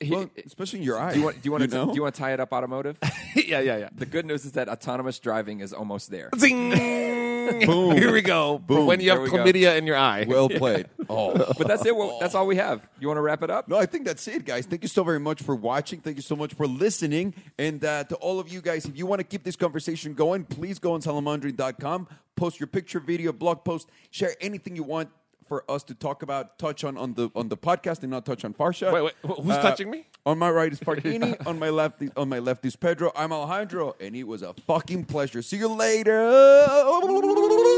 Speaker 5: he-
Speaker 3: well, especially in your eyes.
Speaker 5: Do you want, do you want to
Speaker 3: know?
Speaker 5: do you want to tie it up automotive?
Speaker 4: yeah, yeah, yeah.
Speaker 5: the good news is that autonomous driving is almost there.
Speaker 4: Zing! Boom. Here we go. Boom. When you
Speaker 5: There
Speaker 4: have
Speaker 5: we go.
Speaker 4: chlamydia in your eye.
Speaker 3: well played. Oh.
Speaker 5: But that's it. Well, that's all we have. You want to wrap it up?
Speaker 3: No, I think that's it, guys. Thank you so very much for watching. Thank you so much for listening. And uh, to all of you guys, if you want to keep this conversation going, please go on salamandri.com, post your picture, video, blog post, share anything you want for us to talk about, touch on on the on the podcast, and not touch on Farsha. Uh,
Speaker 4: Wait, wait, wh- who's touching me?
Speaker 3: On my right is Parkini. on my left, is, on my left is Pedro. I'm Alejandro, and it was a fucking pleasure. See you later.